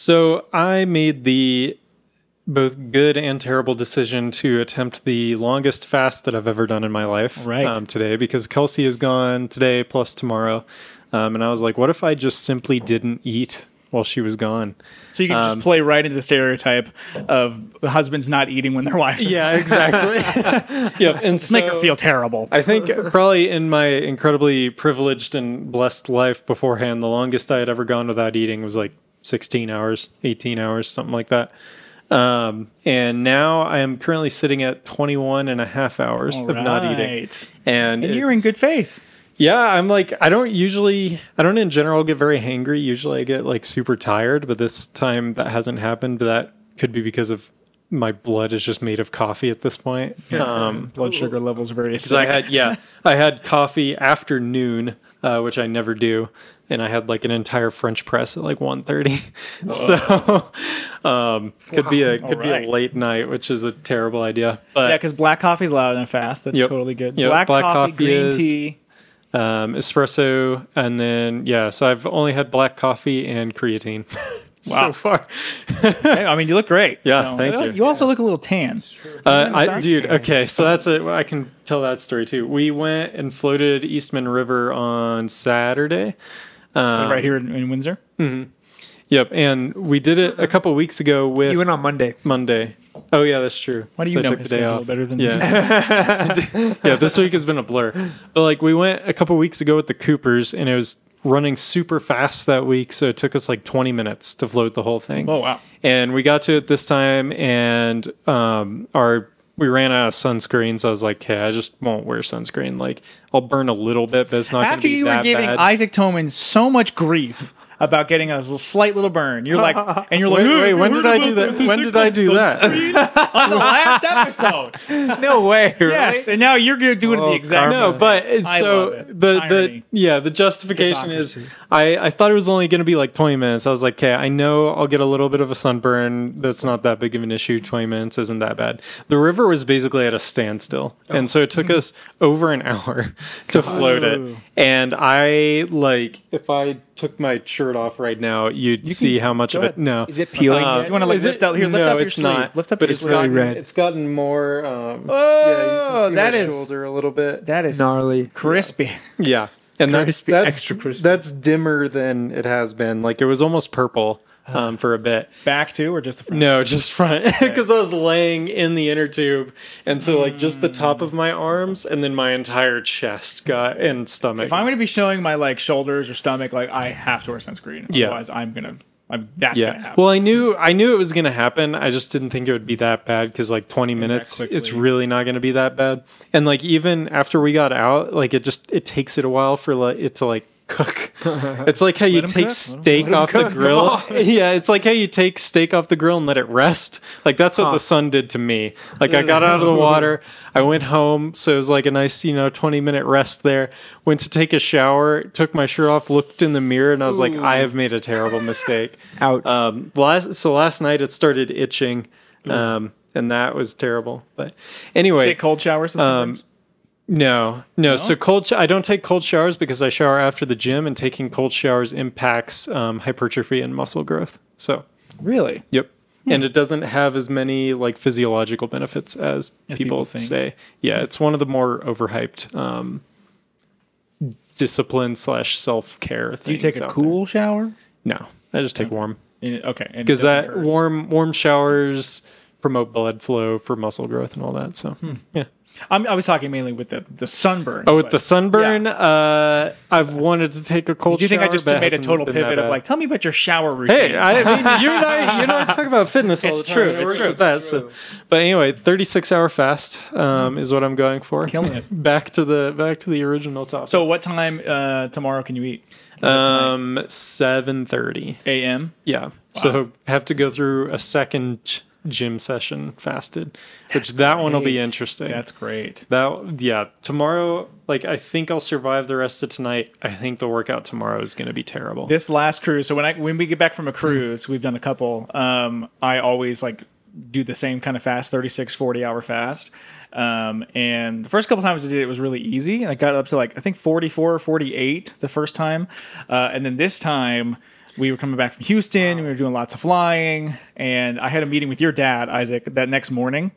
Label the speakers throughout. Speaker 1: So I made the both good and terrible decision to attempt the longest fast that I've ever done in my life
Speaker 2: Right.
Speaker 1: um, today because Kelsey is gone today plus tomorrow. Um, and I was like, what if I just simply didn't eat while she was gone?
Speaker 2: So you can
Speaker 1: Um,
Speaker 2: just play right into the stereotype of the husbands not eating when their wives. are-
Speaker 1: Yeah, exactly. yep. And so,
Speaker 2: Make her feel terrible.
Speaker 1: I think probably in my incredibly privileged and blessed life beforehand, the longest I had ever gone without eating was like 16 hours, 18 hours, something like that. Um, and now I am currently sitting at 21 and a half hours of not eating.
Speaker 2: Right.
Speaker 1: And,
Speaker 2: And you're in
Speaker 1: it's-
Speaker 2: good faith.
Speaker 1: Yeah, I'm like, I don't usually, I don't in general get very hangry. Usually I get like super tired, but this time that hasn't happened. But that could be because of my blood is just made of coffee at this point. Um,
Speaker 2: Blood sugar levels are very
Speaker 1: so I
Speaker 2: acidic.
Speaker 1: had yeah, I had coffee after noon, uh, which I never do, and I had like an entire French press at like 1.30. So um, could be a could be
Speaker 2: Alright.
Speaker 1: a late night, which is a terrible idea. But
Speaker 2: Yeah, because black coffee's loud and fast. That's
Speaker 1: Yep.
Speaker 2: totally good.
Speaker 1: Yep,
Speaker 2: Black,
Speaker 1: black
Speaker 2: coffee,
Speaker 1: coffee
Speaker 2: green
Speaker 1: is-
Speaker 2: tea.
Speaker 1: um, espresso and then yeah, so I've only had black coffee and creatine
Speaker 2: Wow.
Speaker 1: so far.
Speaker 2: Hey, I mean, you look great.
Speaker 1: Yeah, thank you.
Speaker 2: You also look a little tan.
Speaker 1: Uh, I,
Speaker 2: Sarcasm.
Speaker 1: dude, okay, so that's it. I can tell that story too. We went and floated Eastman River on Saturday.
Speaker 2: right here in, in Windsor.
Speaker 1: Yep, and we did it a couple weeks ago with
Speaker 3: You went on Monday.
Speaker 1: Monday. Oh yeah, that's true.
Speaker 2: Why do
Speaker 1: So
Speaker 2: you
Speaker 1: I
Speaker 2: know
Speaker 1: took
Speaker 2: his
Speaker 1: the day
Speaker 2: schedule
Speaker 1: off.
Speaker 2: better than me?
Speaker 1: yeah. yeah, this week has been a blur. But like we went a couple weeks ago with the Coopers and it was running super fast that week, so it took us like 20 minutes to float the whole thing.
Speaker 2: Oh, wow.
Speaker 1: And we got to it this time and um our we ran out of sunscreen, so I was like, "Hey, I just won't wear sunscreen. Like, I'll burn a little bit, but it's not going to
Speaker 2: After
Speaker 1: be
Speaker 2: you
Speaker 1: that
Speaker 2: were giving
Speaker 1: bad."
Speaker 2: Isaac Toman so much grief about getting a little- slight little burn, you're like, and you're like,
Speaker 1: wait, wait, when did I do that? When did I do that?
Speaker 2: on the last episode?
Speaker 3: No way.
Speaker 2: Yes, and now you're gonna do it
Speaker 1: Oh,
Speaker 2: the exact.
Speaker 1: No,
Speaker 2: same
Speaker 1: but
Speaker 2: thing.
Speaker 1: it's
Speaker 2: I
Speaker 1: so
Speaker 2: love it.
Speaker 1: the
Speaker 2: Irony.
Speaker 1: the yeah the justification is
Speaker 2: Hypocrisy.
Speaker 1: I I thought it was only going to be like 20 minutes. I was like, okay, I know I'll get a little bit of a sunburn. That's not that big of an issue. 20 minutes isn't that bad. The river was basically at a standstill, and so it took us over an hour to float it.
Speaker 2: Oh. Ooh.
Speaker 1: And I like if I took my shirt off right now, you'd see how much of
Speaker 2: Go
Speaker 1: it.
Speaker 2: ahead.
Speaker 1: No,
Speaker 3: Is it peeling?
Speaker 1: Uh,
Speaker 2: Do you want to like
Speaker 1: is
Speaker 2: lift
Speaker 1: it-
Speaker 2: up here? Lift
Speaker 1: no,
Speaker 2: up your
Speaker 1: it's
Speaker 2: sleeve.
Speaker 1: not.
Speaker 2: Lift up
Speaker 1: but
Speaker 2: your
Speaker 1: it's
Speaker 2: sleeve.
Speaker 1: gotten-
Speaker 3: red.
Speaker 1: It's gotten more. Um,
Speaker 3: Oh, that is
Speaker 1: a little bit.
Speaker 2: That is
Speaker 3: gnarly.
Speaker 2: crispy.
Speaker 1: Yeah, and that's,
Speaker 3: Crispy,
Speaker 1: that's
Speaker 3: extra crispy.
Speaker 1: That's dimmer than it has been. Like it was almost purple um, for a bit.
Speaker 2: Back to or just the front?
Speaker 1: No, just front because I was laying in the inner tube, and so like just the top of my arms and then my entire chest got and stomach.
Speaker 2: If I'm gonna be showing my like shoulders or stomach, like I have to wear sunscreen.
Speaker 1: Yeah.
Speaker 2: Otherwise, I'm gonna. I'm that's gonna
Speaker 1: yeah.
Speaker 2: happen.
Speaker 1: Well, I knew I knew it was gonna happen. I just didn't think it would be that bad because like 20 minutes, it's
Speaker 2: quickly.
Speaker 1: really not gonna be that bad. And like even after we got out, like it just it takes it a while for like it to like cook. it's like how you
Speaker 2: 'em
Speaker 1: take
Speaker 2: cook.
Speaker 1: steak off the grill. Yeah, it's like how you take steak off the grill and let it rest. Like that's what the sun did to me. Like I got out of the water, I went home, so it was like a nice you know 20 minute rest there. Went to take a shower, took my shirt off, looked in the mirror, and I was like, I have made a terrible mistake.
Speaker 3: Ouch.
Speaker 2: Uh,
Speaker 1: Um, last so last night it started itching, um, and that was terrible. But anyway,
Speaker 2: Mm. Take cold showers.
Speaker 1: Um,
Speaker 2: and sunburns?
Speaker 1: no, no, So cold. Sh- I don't take cold showers because I shower after the gym, and taking cold showers impacts um, hypertrophy and muscle growth. So
Speaker 2: really?
Speaker 1: yep,
Speaker 2: Hmm.
Speaker 1: and it doesn't have as many like physiological benefits as, people,
Speaker 2: people think.
Speaker 1: say. Yeah, it's one of the more overhyped. Um, discipline slash self-care
Speaker 2: Do you
Speaker 1: things
Speaker 2: take a
Speaker 1: out
Speaker 2: cool shower?
Speaker 1: there. no i just take warm
Speaker 2: And it- Okay, and it
Speaker 1: because
Speaker 2: doesn't
Speaker 1: that
Speaker 2: hurt.
Speaker 1: warm warm showers promote blood flow for muscle growth and all that. So
Speaker 2: Hmm.
Speaker 1: yeah.
Speaker 2: I'm, I was talking mainly with the the sunburn.
Speaker 1: Oh, with
Speaker 2: but-
Speaker 1: the sunburn, uh, I've wanted to take a cold.
Speaker 2: Do you think I
Speaker 1: shower,
Speaker 2: just
Speaker 1: but it
Speaker 2: made a
Speaker 1: hasn't
Speaker 2: total
Speaker 1: been that
Speaker 2: pivot of
Speaker 1: bad.
Speaker 2: like, tell me about your shower routine?
Speaker 1: Hey, I mean, you and I, you and I talk about fitness all
Speaker 2: It's
Speaker 1: the time.
Speaker 2: true,
Speaker 1: It
Speaker 2: it's
Speaker 1: works
Speaker 2: true.
Speaker 1: with that. So, but anyway, thirty-six hour fast um, is what I'm going for.
Speaker 2: Hmm. Killing it.
Speaker 1: back to the back to the original topic.
Speaker 2: so what time uh, tomorrow can you eat?
Speaker 1: um, seven thirty.
Speaker 2: A.M.
Speaker 1: Yeah. So have to go through a second gym session fasted, which that one will be
Speaker 2: great.
Speaker 1: interesting.
Speaker 2: That's great.
Speaker 1: That yeah, tomorrow like I think I'll survive the rest of tonight. I think the workout tomorrow is going to be terrible.
Speaker 2: This last cruise. So when I when we get back
Speaker 3: Mm-hmm.
Speaker 2: from a cruise, we've done a couple. Um, I always like do the same kind of fast, 36, 40 hour fast. Um, and the first couple times I did it, it was really easy. And I got up to like I think 44 or 48 the first time, uh, and then this time. we were coming back from Houston. We were doing lots of flying, and I had a meeting with your dad, Isaac, that next morning.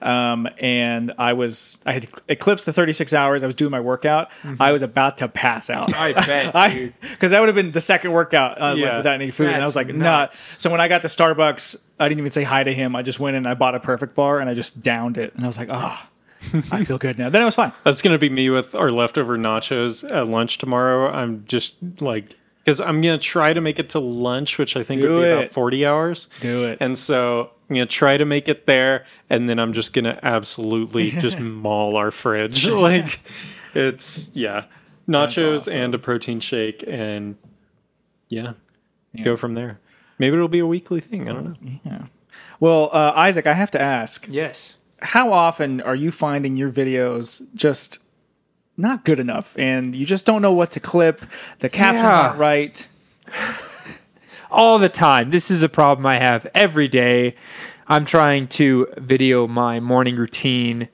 Speaker 2: Um, and I was I had eclipsed the 36 hours. I was doing my workout. I was about to pass out.
Speaker 3: Mm-hmm. I bet,
Speaker 2: I
Speaker 3: dude.
Speaker 2: because that would have been the second workout uh, like,
Speaker 1: Yeah.
Speaker 2: without any food, and I
Speaker 3: That's
Speaker 2: was like, not.
Speaker 3: nuts.
Speaker 2: So when I got to Starbucks, I didn't even say hi to him. I just went and I bought a perfect bar and I just downed it, and I was like, ah. I feel good now. Then it was fine.
Speaker 1: That's gonna be me with our leftover nachos at lunch tomorrow. I'm just like because I'm gonna try to make it to lunch, which I think
Speaker 2: Do
Speaker 1: would be about
Speaker 2: it.
Speaker 1: 40 hours.
Speaker 2: Do it.
Speaker 1: And so I'm gonna try to make it there, and then I'm just gonna absolutely just maul our fridge. Like it's yeah, nachos
Speaker 2: awesome.
Speaker 1: and a protein shake, and yeah, go from there. Maybe it'll be a weekly thing. I don't know.
Speaker 2: Well, uh, Isaac, I have to ask:
Speaker 3: Yes.
Speaker 2: How often are you finding your videos just not good enough, and you just don't know what to clip? The captions
Speaker 3: Yeah.
Speaker 2: aren't right.
Speaker 3: all the time. This is a problem I have every day. I'm trying to video my morning routine.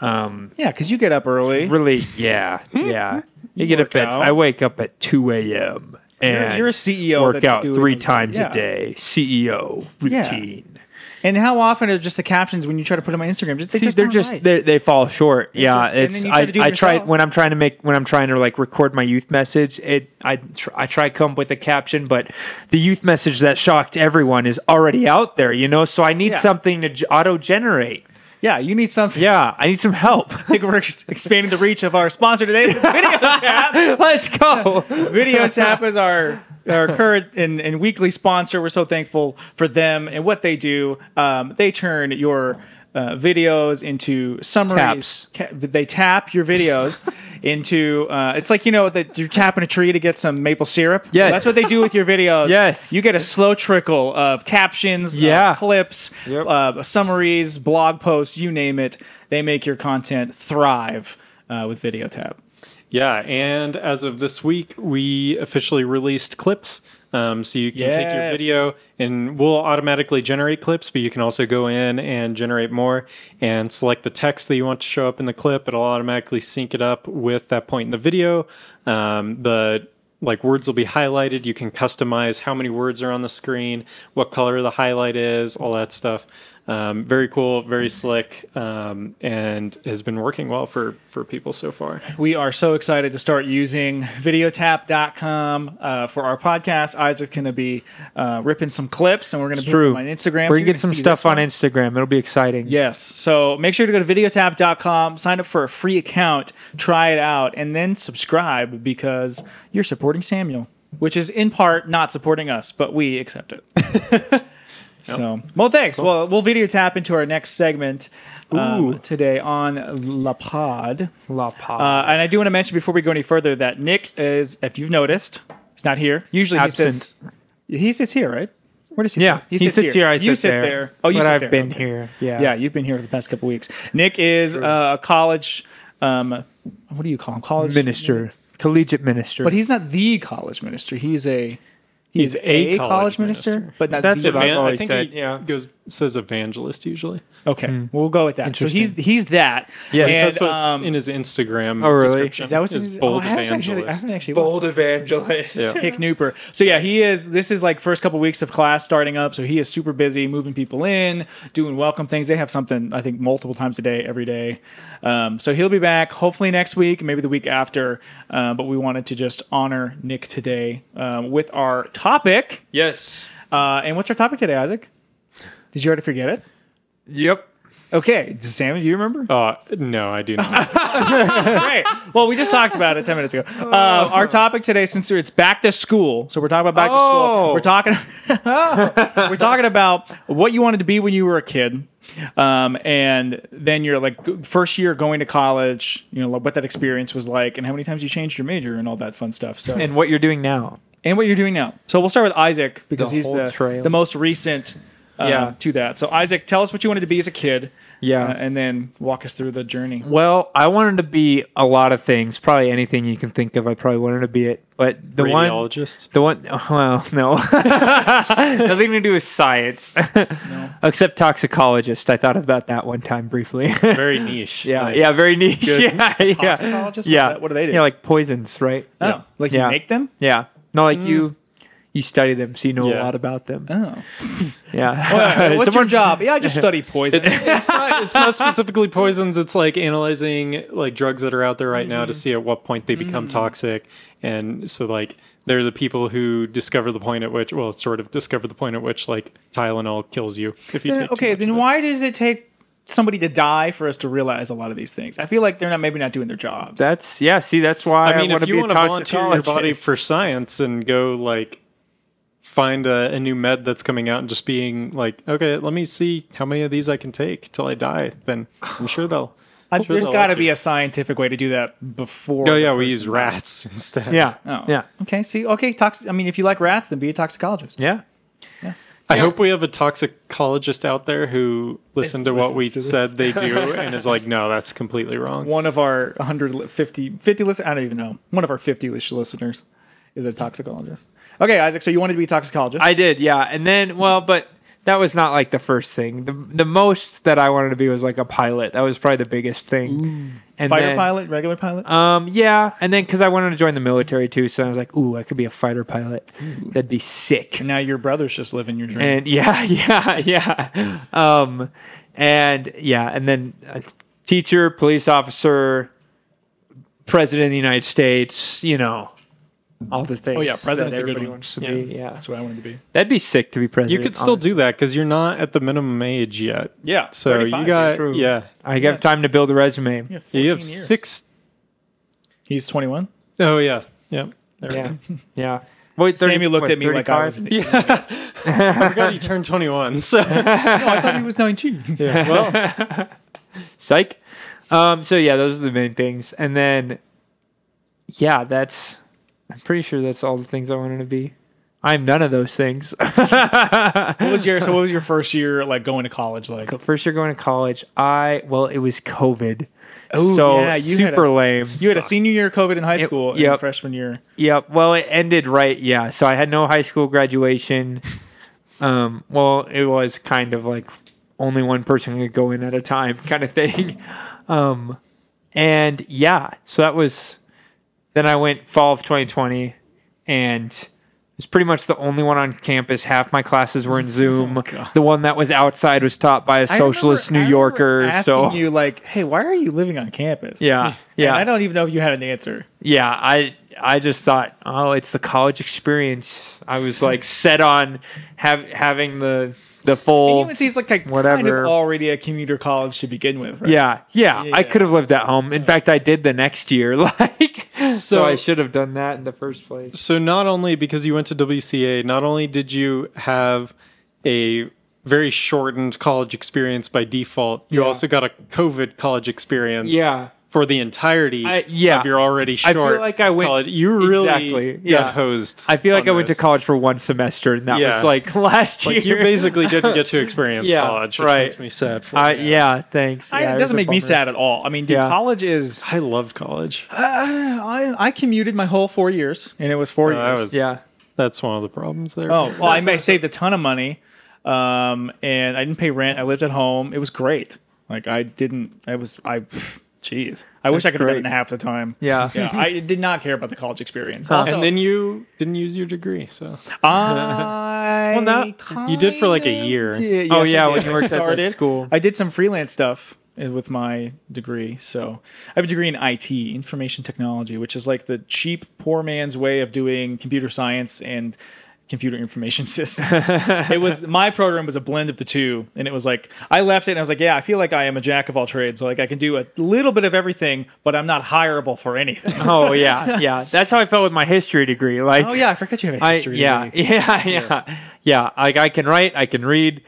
Speaker 3: Um,
Speaker 2: Yeah, because you get up early.
Speaker 3: really, yeah, yeah. You get up
Speaker 2: work
Speaker 3: at
Speaker 2: out.
Speaker 3: I wake up at two a.m. and
Speaker 2: you're a CEO
Speaker 3: Work
Speaker 2: that's
Speaker 3: out
Speaker 2: doing
Speaker 3: three
Speaker 2: it.
Speaker 3: times
Speaker 2: Yeah.
Speaker 3: a day. CEO
Speaker 2: Yeah.
Speaker 3: routine.
Speaker 2: And how often are just the captions when you try to put them on Instagram? Just, they
Speaker 3: See,
Speaker 2: just
Speaker 3: they're
Speaker 2: aren't
Speaker 3: just
Speaker 2: right.
Speaker 3: they they fall short. yeah,
Speaker 2: just- and then
Speaker 3: it's
Speaker 2: you try
Speaker 3: I
Speaker 2: to do it
Speaker 3: I try
Speaker 2: yourself.
Speaker 3: when I'm trying to make when I'm trying to like record my youth message. It I tr- I try to come up with a caption, but the youth message that shocked everyone is already out there. You know, so I need
Speaker 2: Yeah.
Speaker 3: something to j- auto generate.
Speaker 2: yeah. You need something.
Speaker 3: Yeah, I need some help.
Speaker 2: I think we're ex- expanding the reach of our sponsor today. It's Video Tap.
Speaker 3: Let's go.
Speaker 2: Video Tap is our our current and, and weekly sponsor. We're so thankful for them and what they do. Um, they turn your uh, videos into summaries.
Speaker 3: Taps.
Speaker 2: Ca- they tap your videos into. Uh, it's like you know that you're tapping a tree to get some maple syrup.
Speaker 3: Yes.
Speaker 2: that's what they do with your videos.
Speaker 3: Yes.
Speaker 2: you get a slow trickle of captions. of
Speaker 3: Yeah.
Speaker 2: clips, uh, summaries, blog posts, you name it. They make your content thrive uh, with VideoTap.
Speaker 1: Yeah, and as of this week, we officially released clips. Um, so you can take your
Speaker 2: Yes.
Speaker 1: video and we'll automatically generate clips, but you can also go in and generate more and select the text that you want to show up in the clip. It'll automatically sync it up with that point in the video. Um, the like words will be highlighted. You can customize how many words are on the screen, what color the highlight is, all that stuff. Um, very cool, very slick, um, and has been working well for for people so far.
Speaker 2: We are so excited to start using videotap.com uh, for our podcast. Isaac going to be uh, ripping some clips and we're going to
Speaker 3: It's
Speaker 2: put
Speaker 3: true.
Speaker 2: them on Instagram. So
Speaker 3: We're gonna
Speaker 2: you're
Speaker 3: get some
Speaker 2: see
Speaker 3: stuff
Speaker 2: this
Speaker 3: on
Speaker 2: one.
Speaker 3: Instagram. It'll be exciting.
Speaker 2: Yes. So make sure to go to videotap.com, sign up for a free account, try it out, and then subscribe because you're supporting Samuel, which is in part not supporting us, but we accept it. So, well, thanks. Well, we'll video tap into our next segment um, today on La Pod.
Speaker 3: La pa.
Speaker 2: Uh, and I do want to mention before we go any further that Nick is, if you've noticed, he's not here. Usually
Speaker 3: Absent.
Speaker 2: he sits. He sits here, right? Where does he?
Speaker 3: yeah,
Speaker 2: sit?
Speaker 3: he, sits here. I sit,
Speaker 2: you sit there. Oh, you
Speaker 3: but
Speaker 2: sit
Speaker 3: I've
Speaker 2: there.
Speaker 3: been
Speaker 2: Okay.
Speaker 3: here. Yeah,
Speaker 2: Yeah, you've been here for the past couple weeks. Nick is uh, a college. Um, what do you call him? College
Speaker 3: minister, collegiate minister.
Speaker 2: But he's not the college minister. He's a. He's,
Speaker 1: a college minister.
Speaker 2: but not
Speaker 3: That's
Speaker 2: the
Speaker 3: what I've
Speaker 1: Evan-
Speaker 3: always
Speaker 1: I think
Speaker 3: said,
Speaker 1: he
Speaker 3: yeah.
Speaker 1: goes says evangelist usually.
Speaker 2: Okay, we'll go with that. So he's
Speaker 3: Hmm. Interesting.
Speaker 2: he's that.
Speaker 3: Yes,
Speaker 2: And,
Speaker 1: That's what's
Speaker 2: um,
Speaker 1: in his Instagram.
Speaker 3: Oh, really?
Speaker 1: Description,
Speaker 2: is that what's in
Speaker 1: is
Speaker 2: his-
Speaker 1: bold
Speaker 2: oh, I haven't actually- I
Speaker 1: evangelist?
Speaker 2: haven't actually
Speaker 3: bold evangelist.
Speaker 1: Yeah.
Speaker 2: Kick Nooper. So yeah, he is. This is like first couple weeks of class starting up, so he is super busy moving people in, doing welcome things. They have something I think multiple times a day, every day. Um, so he'll be back hopefully next week, maybe the week after. Uh, but we wanted to just honor Nick today um, with our topic.
Speaker 3: Yes.
Speaker 2: Uh, and what's our topic today, Isaac? Did you already forget it?
Speaker 3: Yep.
Speaker 2: Okay, Sam, do you remember?
Speaker 1: Uh, no, I do not.
Speaker 2: Great. Well, we just talked about it 10 minutes ago. Uh,
Speaker 3: Oh.
Speaker 2: our topic today, since it's back to school, so we're talking about back to
Speaker 3: Oh.
Speaker 2: school. We're talking, we're talking about what you wanted to be when you were a kid. Um, and then you're like g- first year going to college, you know, like what that experience was like and how many times you changed your major and all that fun stuff. So, and,
Speaker 3: And what you're doing now?
Speaker 2: what you're doing now. So we'll start with Isaac because
Speaker 3: The
Speaker 2: he's
Speaker 3: whole
Speaker 2: the,
Speaker 3: trail.
Speaker 2: the most recent uh,
Speaker 3: Yeah.
Speaker 2: to that. So Isaac, tell us what you wanted to be as a kid.
Speaker 3: Yeah.
Speaker 2: uh, and then walk us through the journey.
Speaker 3: Well, I wanted to be a lot of things. Probably anything you can think of. I probably wanted to be it. But the one,
Speaker 1: Radiologist.
Speaker 3: the one. Well, no, nothing to do with science, except toxicologist. I thought about that one time briefly.
Speaker 1: Very niche.
Speaker 3: yeah,
Speaker 1: Nice.
Speaker 3: yeah, very niche.
Speaker 1: Good.
Speaker 3: Yeah, yeah,
Speaker 2: Toxicologist? What
Speaker 3: Yeah,
Speaker 2: do they- what do they do?
Speaker 3: Yeah, Oh. like poisons, right?
Speaker 2: Oh, like
Speaker 3: Yeah.
Speaker 2: you make them?
Speaker 3: Yeah. No, like you you study them, so you know
Speaker 1: Mm. Yeah.
Speaker 3: a lot about them.
Speaker 2: Oh.
Speaker 3: Yeah.
Speaker 2: What's your
Speaker 3: Someone-
Speaker 2: job? Yeah, I just study poison.
Speaker 1: it's not it's not specifically poisons it's like analyzing like drugs that are out there right now to see at what point they become toxic and so like they're the people who discover the point at which well sort of discover the point at which like tylenol kills you if you
Speaker 2: Then-
Speaker 1: take too
Speaker 2: Uh, okay,
Speaker 1: much
Speaker 2: then
Speaker 1: of it.
Speaker 2: why does it take somebody to die for us to realize a lot of these things? I feel like they're not maybe not doing their jobs.
Speaker 3: That's yeah. See, that's why
Speaker 1: i mean
Speaker 3: want
Speaker 1: if
Speaker 3: to
Speaker 1: you
Speaker 3: be a
Speaker 1: want to volunteer your
Speaker 3: toxicologist.
Speaker 1: body for science and go like find a, a new med that's coming out and just being like okay let me see how many of these i can take till i die then i'm sure they'll
Speaker 2: I,
Speaker 1: sure
Speaker 2: there's
Speaker 1: they'll
Speaker 2: got to
Speaker 1: let you.
Speaker 2: be a scientific way to do that before.
Speaker 1: oh
Speaker 2: the
Speaker 1: yeah we
Speaker 2: person-
Speaker 1: use rats instead
Speaker 3: Yeah.
Speaker 2: Oh.
Speaker 3: Yeah.
Speaker 2: Okay. See. Okay. Toxic. I mean, if you like rats, then be a toxicologist.
Speaker 3: Yeah.
Speaker 1: I hope we have a toxicologist out there who listened to what we
Speaker 2: listens to
Speaker 1: said they do and is like, no, that's completely wrong.
Speaker 2: One of our 150 50 list. I don't even know. One of our 50 list listeners is a toxicologist. Okay, Isaac. So you wanted to be a toxicologist?
Speaker 3: I did. Yeah. And then, well, but that was not like the first thing. The the most that I wanted to be was like a pilot. That was probably the biggest thing. And
Speaker 2: Fighter
Speaker 3: then-
Speaker 2: pilot, regular pilot.
Speaker 3: Um, yeah, and then because I wanted to join the military too, so I was like, "Ooh, I could be a fighter pilot. That'd be sick."
Speaker 2: and now your brother's just living your dream.
Speaker 3: and yeah, yeah, yeah. Um, and yeah, and then a teacher, police officer, president of the United States, you know, all the things.
Speaker 2: oh yeah, president's
Speaker 3: that
Speaker 2: a good
Speaker 3: everybody
Speaker 2: one.
Speaker 3: wants to
Speaker 2: yeah.
Speaker 3: be. Yeah.
Speaker 2: That's what I wanted to be.
Speaker 3: That'd be sick to be
Speaker 1: You
Speaker 3: president.
Speaker 1: could
Speaker 2: Oh,
Speaker 1: still do that because you're not at the minimum age yet.
Speaker 2: Yeah.
Speaker 1: So you
Speaker 2: 35.
Speaker 1: got,
Speaker 3: True.
Speaker 1: yeah.
Speaker 3: I have time to build a resume.
Speaker 2: Yeah,
Speaker 1: You
Speaker 2: 14
Speaker 1: have
Speaker 2: years.
Speaker 1: six
Speaker 2: He's 21.
Speaker 1: oh yeah. Yep. There we
Speaker 3: Yeah.
Speaker 1: go.
Speaker 3: yeah. Wait, 30
Speaker 2: Samuel looked
Speaker 3: what,
Speaker 2: at me like I was.
Speaker 3: 35?
Speaker 2: An idiot.
Speaker 1: I forgot you turned 21. So
Speaker 2: no, I thought he was 19.
Speaker 1: well,
Speaker 3: Psych. Um, so yeah, those are the main things, and then yeah, that's. I'm pretty sure that's all the things I wanted to be. I'm none of those things.
Speaker 2: What was your so? What was your first year like going to college like?
Speaker 3: First year going to college, I well, it was COVID,
Speaker 2: Oh,
Speaker 3: so
Speaker 2: yeah, you had
Speaker 3: super
Speaker 2: a-
Speaker 3: lame.
Speaker 2: You had a senior year of COVID in high school and
Speaker 3: yep.
Speaker 2: freshman year.
Speaker 3: Yep. Well, it ended right. Yeah. So I had no high school graduation. Um, well, it was kind of like only one person could go in at a time kind of thing. Um, and yeah, so that was, then I went fall of 2020 and it's pretty much the only one on campus. Half my classes were in Zoom. the one that was outside was taught by a
Speaker 2: Oh I
Speaker 3: socialist
Speaker 2: remember- I
Speaker 3: New Yorker.
Speaker 2: remember
Speaker 3: So
Speaker 2: asking you like, hey, why are you living on campus?
Speaker 3: yeah, yeah.
Speaker 2: And I don't even know if you had an answer.
Speaker 3: yeah i i just thought oh it's the college experience i was like set on have having the the
Speaker 2: And
Speaker 3: full
Speaker 2: even he's like, like kind of
Speaker 3: whatever.
Speaker 2: already a commuter college to begin with. Right?
Speaker 3: yeah, yeah
Speaker 2: Yeah,
Speaker 3: i
Speaker 2: yeah.
Speaker 3: could have lived at home in fact i did the next year like so,
Speaker 1: So-
Speaker 3: i should have done that in the first place
Speaker 1: so not only because you went to WCA, not only did you have a very shortened college experience by default, you
Speaker 3: Yeah.
Speaker 1: also got a COVID college experience.
Speaker 3: yeah
Speaker 1: for the entirety
Speaker 3: I- yeah.
Speaker 1: of your already
Speaker 3: I
Speaker 1: short.
Speaker 3: feel like I went-
Speaker 1: college. You really
Speaker 3: Exactly,
Speaker 1: got
Speaker 3: yeah.
Speaker 1: hosed.
Speaker 3: i feel like
Speaker 1: on
Speaker 3: i went
Speaker 1: this.
Speaker 3: to college for one semester and that
Speaker 1: Yeah.
Speaker 3: was like last year
Speaker 1: Like you basically didn't get to experience
Speaker 3: Yeah,
Speaker 1: college, which
Speaker 3: right.
Speaker 1: makes me sad. For
Speaker 3: I,
Speaker 1: you.
Speaker 3: yeah thanks
Speaker 2: I-
Speaker 3: Yeah,
Speaker 2: it
Speaker 3: was
Speaker 2: doesn't
Speaker 3: a
Speaker 2: make me
Speaker 3: bummer.
Speaker 2: sad at all. I mean, dude,
Speaker 3: Yeah.
Speaker 2: college is.
Speaker 1: I loved college.
Speaker 2: I, I commuted my whole four years, and it was four
Speaker 3: Oh,
Speaker 1: Uh, that
Speaker 2: years.
Speaker 1: was-
Speaker 3: yeah
Speaker 1: That's one of the problems there.
Speaker 2: Oh, well, I may saved a ton of money. Um, and I didn't pay rent. I lived at home. It was great. Like I didn't, I was, I, jeez, I wish I could have done it
Speaker 3: great.
Speaker 2: in half the time.
Speaker 3: yeah
Speaker 2: Yeah, I did not care about the college experience.
Speaker 3: Huh.
Speaker 2: Also,
Speaker 1: and then you didn't use your degree, so
Speaker 2: I well,
Speaker 1: not- you did for, like, a year.
Speaker 3: Oh, yeah, when you worked at the school.
Speaker 2: I did some freelance stuff uh, with my degree. So I have a degree in IT, information technology, which is like the cheap poor man's way of doing computer science and computer information systems. it was my program was a blend of the two, and it was like I left it and I was like, yeah, I feel like I am a jack of all trades. Like I can do a little bit of everything, but I'm not hireable for anything.
Speaker 3: oh yeah yeah that's how i felt with my history degree like
Speaker 2: oh yeah, I forget you have a
Speaker 3: I,
Speaker 2: history.
Speaker 3: yeah,
Speaker 2: degree.
Speaker 3: yeah, yeah, yeah, Like I can write, I can read.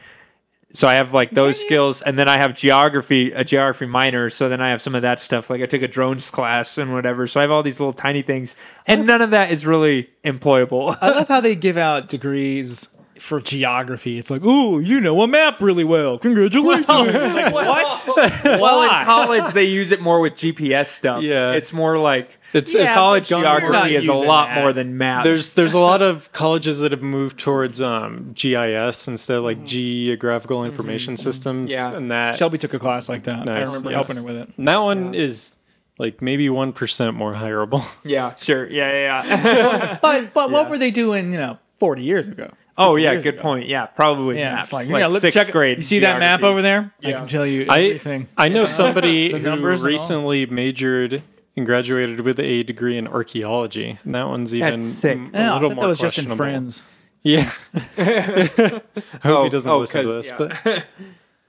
Speaker 3: So I have like those skills, and then I have geography, a geography minor. So then I have some of that stuff. Like I took a drones class and whatever. So I have all these little tiny things, and none of that is really employable.
Speaker 2: I love how they give out degrees for geography. It's like, ooh, you know a map really well. Congratulations. It's like, what?
Speaker 3: well,
Speaker 2: Why?
Speaker 3: in college they use it more with GPS stuff.
Speaker 1: Yeah.
Speaker 3: it's more like
Speaker 1: it's
Speaker 2: Yeah,
Speaker 1: it's all
Speaker 3: college
Speaker 2: but you're not
Speaker 3: geography is a
Speaker 2: using
Speaker 3: lot
Speaker 2: that.
Speaker 3: more than math.
Speaker 1: there's there's a lot of colleges that have moved towards um, GIS instead of like geographical information systems,
Speaker 3: Mm-hmm. Yeah.
Speaker 1: and that
Speaker 2: Shelby took a class like that. I
Speaker 1: Nice,
Speaker 2: remember
Speaker 1: yes.
Speaker 2: helping her with it.
Speaker 1: and that one is like maybe one percent more hireable.
Speaker 3: yeah, sure, yeah, yeah, yeah.
Speaker 2: But but what were they doing, you know, 40 years ago.
Speaker 3: Oh yeah,
Speaker 2: years
Speaker 3: good
Speaker 2: ago.
Speaker 3: point. Yeah, probably.
Speaker 2: Yeah,
Speaker 3: maps,
Speaker 2: it's like,
Speaker 3: like
Speaker 2: yeah, look,
Speaker 3: sixth
Speaker 2: check,
Speaker 3: grade.
Speaker 2: You see that map
Speaker 3: geography.
Speaker 2: over there? I
Speaker 3: Yeah.
Speaker 2: can tell you
Speaker 1: I,
Speaker 2: everything.
Speaker 1: I know somebody who
Speaker 2: numbers and all.
Speaker 1: recently majored and graduated with a degree in archaeology. And that one's even
Speaker 3: sick.
Speaker 1: m- a
Speaker 2: yeah, Oh, I
Speaker 1: little
Speaker 2: thought
Speaker 1: more
Speaker 2: that was just in
Speaker 1: questionable.
Speaker 2: Friends.
Speaker 1: Yeah. I hope he
Speaker 3: Oh,
Speaker 1: doesn't
Speaker 3: oh,
Speaker 1: listen to this.
Speaker 3: 'cause- yeah.
Speaker 1: But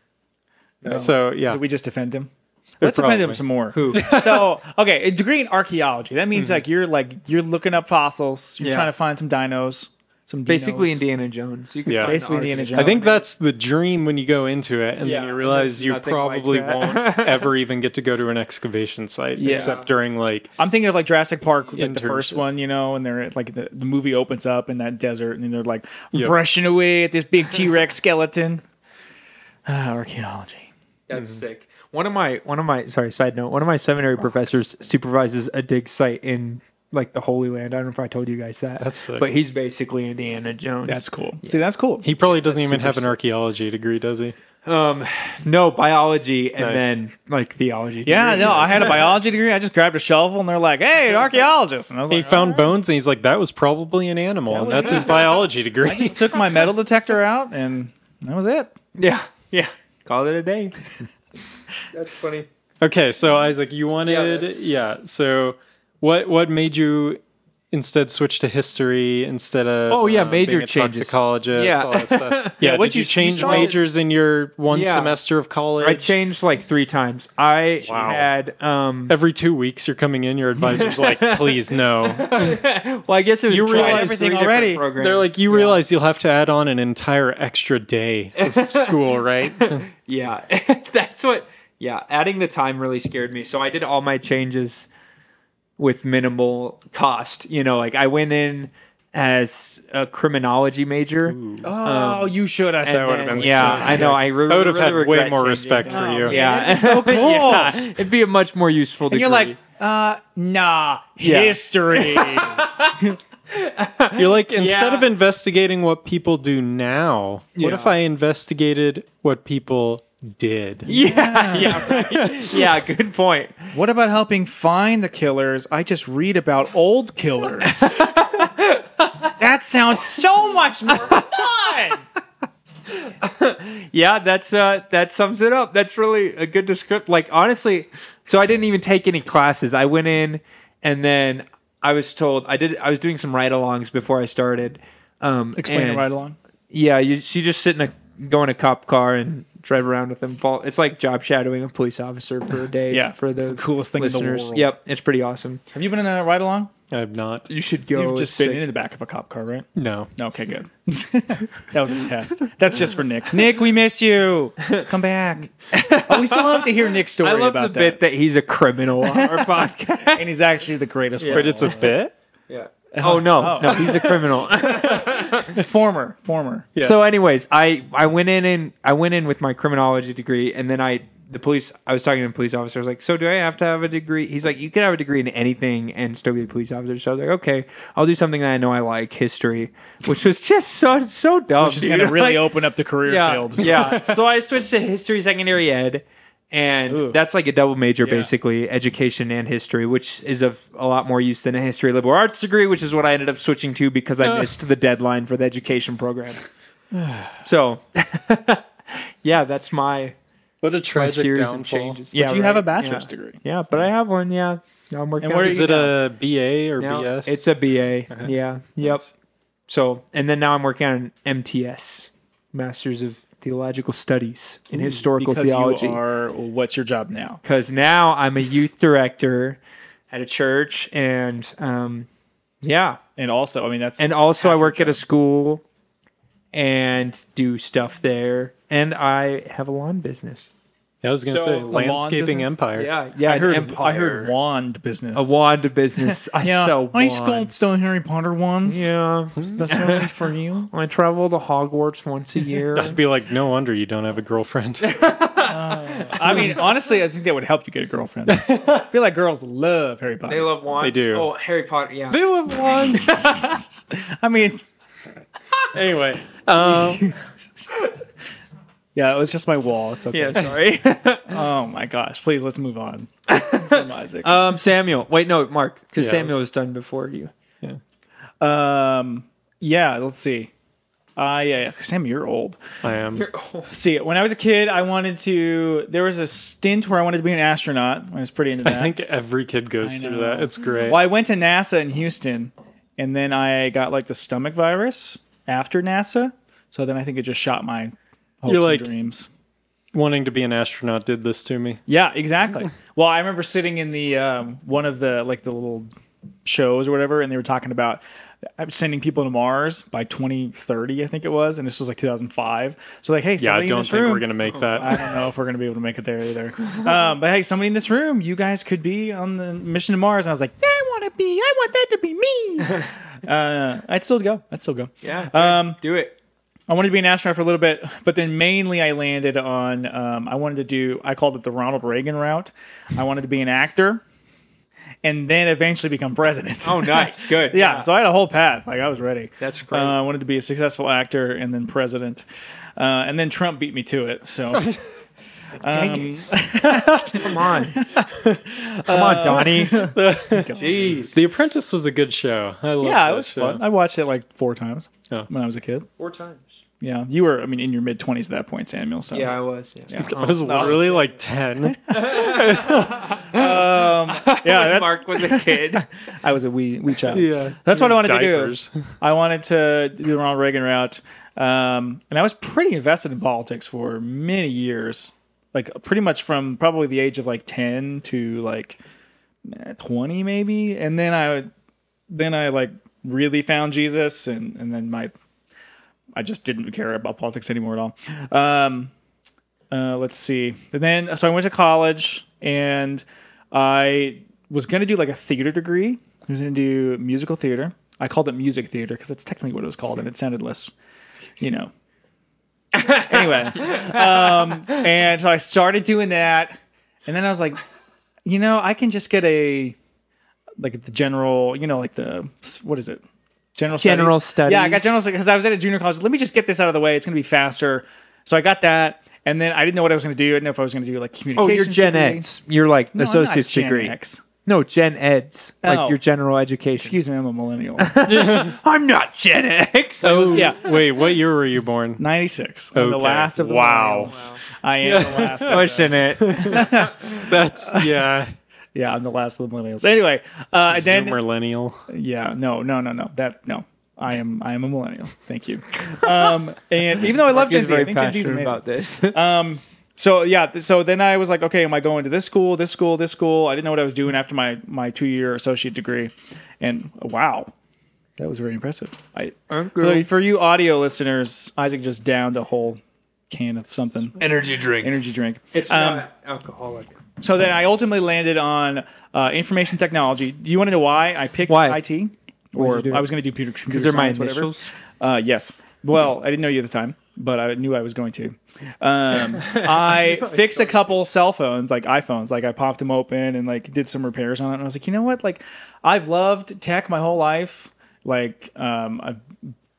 Speaker 1: so yeah,
Speaker 2: Did we just defend him? Let's defend
Speaker 1: probably.
Speaker 2: him some more.
Speaker 3: Who?
Speaker 2: so okay, a degree in archaeology. That means like you're like you're looking up fossils. You're
Speaker 3: Yeah.
Speaker 2: trying to find some dinos. Some dinos.
Speaker 3: basically Indiana Jones. You can
Speaker 1: Yeah.
Speaker 3: find
Speaker 2: Basically
Speaker 3: the
Speaker 2: Indiana
Speaker 3: arch-
Speaker 2: Jones.
Speaker 1: I think that's the dream when you go into it, and
Speaker 3: Yeah,
Speaker 1: then you
Speaker 3: and
Speaker 1: realize
Speaker 3: it's
Speaker 1: you
Speaker 3: nothing like
Speaker 1: probably
Speaker 3: that.
Speaker 1: won't ever even get to go to an excavation site
Speaker 2: Yeah.
Speaker 1: except during like
Speaker 2: I'm thinking of like Jurassic Park, like the
Speaker 1: Internship.
Speaker 2: first one, you know, and they're at, like the, the movie opens up in that desert, and then they're like
Speaker 1: Yep.
Speaker 2: brushing away at this big T Rex skeleton. Ah, archaeology.
Speaker 3: That's sick. One of my one of my sorry side note. One of my seminary professors supervises a dig site in like the Holy Land. I don't know if I told you guys that.
Speaker 1: That's sick.
Speaker 3: But he's basically Indiana Jones.
Speaker 2: That's cool. See, that's cool.
Speaker 1: he probably doesn't even have an archaeology degree, does he?
Speaker 3: um no biology and
Speaker 1: Nice.
Speaker 3: then like theology.
Speaker 2: Yeah,
Speaker 3: degrees.
Speaker 2: no, I had a biology degree. I just grabbed a shovel, and they're like, "Hey, an archaeologist," and I was
Speaker 1: He
Speaker 2: like,
Speaker 1: found bones, and he's like, "That was probably an animal," and
Speaker 2: was
Speaker 1: that's
Speaker 2: an
Speaker 1: his biology degree.
Speaker 2: I just took my metal detector out, and that was it.
Speaker 3: Yeah. Yeah. Call it a day. That's funny.
Speaker 1: Okay, so Isaac, you wanted
Speaker 3: that's-
Speaker 1: yeah, So what what made you instead switch to history instead of
Speaker 3: Oh, yeah,
Speaker 1: um,
Speaker 3: major
Speaker 1: being a
Speaker 3: changes.
Speaker 1: toxicologist,
Speaker 3: Yeah.
Speaker 1: all that stuff. Yeah,
Speaker 2: what
Speaker 1: did
Speaker 2: you-
Speaker 1: you,
Speaker 2: you
Speaker 1: change
Speaker 2: started-
Speaker 1: majors in your one
Speaker 3: Yeah.
Speaker 1: semester of college?
Speaker 3: I changed like three times. I
Speaker 1: Wow.
Speaker 3: had um
Speaker 1: Every two weeks, you're coming in. Your advisor's like, "Please no."
Speaker 3: well I guess it was
Speaker 1: You
Speaker 3: tried
Speaker 1: realize
Speaker 3: three
Speaker 2: everything
Speaker 3: different
Speaker 2: already.
Speaker 3: programs.
Speaker 1: They're like, "You realize you'll have to add on an entire extra day of school, right?"
Speaker 3: Yeah, that's what. Yeah, adding the time really scared me. So I did all my changes with minimal cost. You know, like I went in as a criminology major.
Speaker 2: Oh, you should. I
Speaker 3: and
Speaker 2: said
Speaker 1: would've
Speaker 3: then-
Speaker 1: been
Speaker 3: yeah,
Speaker 1: so
Speaker 3: I know. I, re-
Speaker 1: I would have
Speaker 3: really
Speaker 1: had way
Speaker 3: regret
Speaker 1: more
Speaker 3: changing
Speaker 1: respect
Speaker 3: it.
Speaker 1: for
Speaker 2: Oh,
Speaker 1: you.
Speaker 2: man.
Speaker 3: Yeah,
Speaker 2: That'd be so cool.
Speaker 3: Yeah, it'd be a much more useful.
Speaker 2: And
Speaker 3: degree.
Speaker 2: you're like, uh, nah,
Speaker 3: Yeah.
Speaker 2: history.
Speaker 1: You're like, instead
Speaker 3: Yeah.
Speaker 1: of investigating what people do now, what
Speaker 3: Yeah.
Speaker 1: if I investigated what people did?
Speaker 3: yeah, yeah, right. yeah. Good point.
Speaker 2: what about helping find the killers? I just read about old killers. that sounds so much more fun.
Speaker 3: Yeah, that's uh that sums it up. That's really a good descript. Like honestly, so I didn't even take any classes. I went in and then I was told I did I was doing some ride-alongs before I started. Um
Speaker 2: Explain it
Speaker 3: and-
Speaker 2: right along.
Speaker 3: Yeah, you she just sit in a go in a cop car and drive around with them. Fall it's like job shadowing a police officer for a day.
Speaker 2: Yeah,
Speaker 3: For
Speaker 2: it's
Speaker 3: the,
Speaker 2: the coolest thing in the
Speaker 3: listeners.
Speaker 2: world.
Speaker 3: Yep, it's pretty awesome.
Speaker 2: Have you been in a ride along?
Speaker 1: I've not.
Speaker 3: You should go.
Speaker 2: You've just
Speaker 3: It's
Speaker 2: been
Speaker 3: sick.
Speaker 2: in the back of a cop car, right?
Speaker 1: No.
Speaker 2: Okay, good. that was a test. That's just for Nick. Nick, we miss you. Come back. Oh, we still love to hear Nick's story
Speaker 3: I love the
Speaker 2: about
Speaker 3: bit that he's a criminal on our podcast.
Speaker 2: And he's actually the greatest
Speaker 3: Yeah.
Speaker 2: one.
Speaker 1: But it's a bit?
Speaker 3: Yeah. Oh no, no, he's a criminal.
Speaker 2: former, former.
Speaker 1: Yeah.
Speaker 3: So, anyways, I I went in and I went in with my criminology degree, and then I the police. I was talking to a police officer. I was like, "So, do I have to have a degree?" He's like, "You can have a degree in anything and still be a police officer." So I was like, "Okay, I'll do something that I know I like, history," which was just so so dumb.
Speaker 2: Which is
Speaker 3: dude.
Speaker 2: going to really
Speaker 3: Like,
Speaker 2: open up the career
Speaker 3: yeah,
Speaker 2: field.
Speaker 3: yeah. So I switched to history secondary ed, and
Speaker 2: Ooh.
Speaker 3: that's like a double major basically, education and history, which is of a lot more use than a history liberal arts degree, which is what I ended up switching to because I missed the deadline for the education program. so, yeah, that's my,
Speaker 1: What a
Speaker 3: my
Speaker 1: tragic
Speaker 3: series of
Speaker 1: downfall.
Speaker 3: changes. Yeah,
Speaker 2: Do you have a
Speaker 3: right.
Speaker 2: bachelor's
Speaker 3: Yeah.
Speaker 2: degree?
Speaker 3: Yeah, but I have one. Yeah, I'm working.
Speaker 2: And where uh, are
Speaker 3: on
Speaker 1: Is
Speaker 2: you
Speaker 1: it a BA or
Speaker 3: now.
Speaker 1: BS?
Speaker 3: It's a BA. Yeah. Yep. So, and then now I'm working on an MTS, Masters of Theological Studies in Historical
Speaker 2: because
Speaker 3: Theology.
Speaker 2: you are. well, what's your job now?
Speaker 3: Because now I'm a youth director at a church, and um, yeah,
Speaker 2: And also, I mean, that's
Speaker 3: and also I work at a school and do stuff there, and I have a lawn business.
Speaker 1: I was going to
Speaker 3: So,
Speaker 1: say
Speaker 3: the
Speaker 2: lawn
Speaker 1: landscaping
Speaker 2: business?
Speaker 1: empire.
Speaker 3: Yeah, yeah.
Speaker 2: I
Speaker 3: an
Speaker 2: heard.
Speaker 3: empire.
Speaker 2: I heard wand business.
Speaker 3: a wand business. I
Speaker 2: Yeah,
Speaker 3: sell
Speaker 2: I
Speaker 3: wands.
Speaker 2: sculpt on Harry Potter wands.
Speaker 3: Yeah,
Speaker 2: Especially for you.
Speaker 3: I travel to Hogwarts once a year.
Speaker 1: I'd be like, no wonder you don't have a girlfriend.
Speaker 2: I mean, honestly, I think that would help you get a girlfriend. I feel like girls love Harry Potter.
Speaker 3: They love wands.
Speaker 1: They do.
Speaker 3: Oh, Harry Potter. Yeah.
Speaker 1: they love wands.
Speaker 2: I mean,
Speaker 1: anyway, um,
Speaker 2: yeah, it was just my wall. It's okay.
Speaker 3: yeah. Sorry.
Speaker 2: Oh my gosh! Please let's move on from Isaac.
Speaker 3: Uh, um, Samuel. Wait, no, Mark, because
Speaker 1: Yes.
Speaker 3: Samuel was done before you.
Speaker 2: Um, yeah, let's see. Uh, yeah, yeah. Sam, you're old.
Speaker 1: I am.
Speaker 3: oh,
Speaker 2: Let's see, when I was a kid, I wanted to. There was a stint where I wanted to be an astronaut. I was pretty into that.
Speaker 1: I think every kid goes through that. It's great.
Speaker 2: Well, I went to NASA in Houston, and then I got like the stomach virus after NASA. So then I think it just shot my hopes
Speaker 1: You're like-
Speaker 2: and dreams.
Speaker 1: Wanting to be an astronaut did this to me.
Speaker 2: Yeah, exactly. well, I remember sitting in the um, one of the like the little shows or whatever, and they were talking about uh, sending people to Mars by 2030, I think it was, and this was like 2005. So like, hey,
Speaker 1: Yeah, I
Speaker 2: somebody in
Speaker 1: don't
Speaker 2: this
Speaker 1: think we're
Speaker 2: room- Oh,
Speaker 1: gonna make
Speaker 2: I
Speaker 1: that.
Speaker 2: don't know if we're gonna be able to make it there either. Um, but hey, somebody in this room, you guys could be on the mission to Mars. And I was like, I want to be. I want that to be me. uh, I'd still go. I'd still go.
Speaker 3: Yeah.
Speaker 2: Um,
Speaker 3: do it.
Speaker 2: I wanted to be an astronaut for a little bit, but then mainly I landed on. Um, I wanted to do. I called it the Ronald Reagan route. I wanted to be an actor, and then eventually become president.
Speaker 3: Oh, nice. Good.
Speaker 2: yeah, So I had a whole path. Like I was ready.
Speaker 3: That's great.
Speaker 2: Uh, I wanted to be a successful actor and then president, uh, and then Trump beat me to it. So.
Speaker 3: Dang
Speaker 2: um,
Speaker 3: it. Come on. Come on, Donnie. Jeez.
Speaker 1: The Apprentice was a good show. I love
Speaker 2: Yeah, it was fun. I watched it like four times
Speaker 1: Oh.
Speaker 2: when I was a kid.
Speaker 3: Four times.
Speaker 2: Yeah, you were. I mean, in your mid twenties at that point, Samuel. So
Speaker 3: Yeah, I was. Yeah.
Speaker 1: I
Speaker 2: Oh,
Speaker 1: was literally like ten.
Speaker 2: yeah,
Speaker 3: When
Speaker 2: that's-
Speaker 3: Mark was a kid.
Speaker 2: I was a wee wee child.
Speaker 1: Yeah.
Speaker 2: that's what I wanted
Speaker 1: Diapers.
Speaker 2: to do. I wanted to do the Ronald Reagan route, um, and I was pretty invested in politics for many years, like pretty much from probably the age of like ten to like eh, twenty maybe, and then I would- then I like really found Jesus, and and then my I just didn't care about politics anymore at all. Um, uh, let's see. And then, so I went to college and I was going to do like a theater degree. I was going to do musical theater. I called it music theater because that's technically what it was called and it sounded less, you know. anyway. Um, and so I started doing that. And then I was like, you know, I can just get a, like the general, you know, like the, what is it? General
Speaker 3: General
Speaker 2: Yeah, I got
Speaker 3: studies.
Speaker 2: general because I was at a junior college. Let me just get this out of the way. It's going to be faster. So I got that, and then I didn't know what I was going to do. I didn't know if I was going to do like
Speaker 3: Oh,
Speaker 2: communication.
Speaker 3: you're Gen X. You're like
Speaker 2: No, I'm not
Speaker 3: associate's
Speaker 2: Gen
Speaker 3: degree.
Speaker 2: X.
Speaker 3: No, Gen Eds.
Speaker 2: Oh.
Speaker 3: Like your general education.
Speaker 2: Excuse me, I'm a millennial.
Speaker 3: I'm not Gen X.
Speaker 1: Oh
Speaker 2: yeah.
Speaker 1: Wait, what year were you born?
Speaker 2: Ninety six. I'm the
Speaker 1: Okay.
Speaker 2: last of the
Speaker 1: Wow.
Speaker 2: millennials. I am the last. Of the,
Speaker 3: Pushing it.
Speaker 1: That's yeah.
Speaker 2: yeah, I'm the last of the millennials. Anyway, uh, and then
Speaker 1: millennial.
Speaker 2: Yeah, no, no, no, no. That no. I am I am a millennial. Thank you. Um, and even though I love Gen
Speaker 3: He's
Speaker 2: Z, I
Speaker 3: very
Speaker 2: think Gen Z is
Speaker 3: passionate
Speaker 2: amazing.
Speaker 3: about this.
Speaker 2: so yeah th- so then i was like okay am i going to this school this school this school i didn't know what i was doing after my my two year associate degree and wow that was very impressive i for, for you audio listeners isaac just downed a whole can of something
Speaker 3: Energy drink.
Speaker 2: energy drink
Speaker 3: It's
Speaker 2: Um,
Speaker 3: not alcoholic.
Speaker 2: so then i ultimately landed on uh, information technology do you want to know why i picked
Speaker 3: Why?
Speaker 2: it
Speaker 3: did
Speaker 2: or
Speaker 3: you do
Speaker 2: i
Speaker 3: it?
Speaker 2: was going to do computer because
Speaker 3: Is there my
Speaker 2: whatever.
Speaker 3: initials?
Speaker 2: Uh, yes. Well, I didn't know you at the time, but I knew I was going to. Um, I fixed a couple cell phones, like iPhones. Like I popped them open and like did some repairs on it. And I was like, you know what? Like I've loved tech my whole life. Like um, I've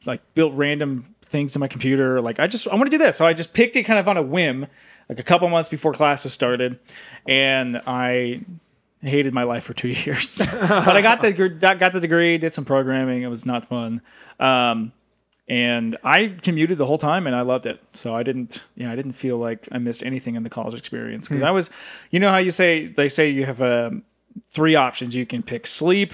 Speaker 2: like built random things in my computer. Like I just I want to do this, so I just picked it kind of on a whim, like a couple months before classes started, and I hated my life for two years. but I got the gr- got the degree, did some programming. It was not fun. Um, and I commuted the whole time and I loved it. So I didn't, yeah, I didn't feel like I missed anything in the college experience because I was, you know how you say they say you have um, three options. You can pick sleep,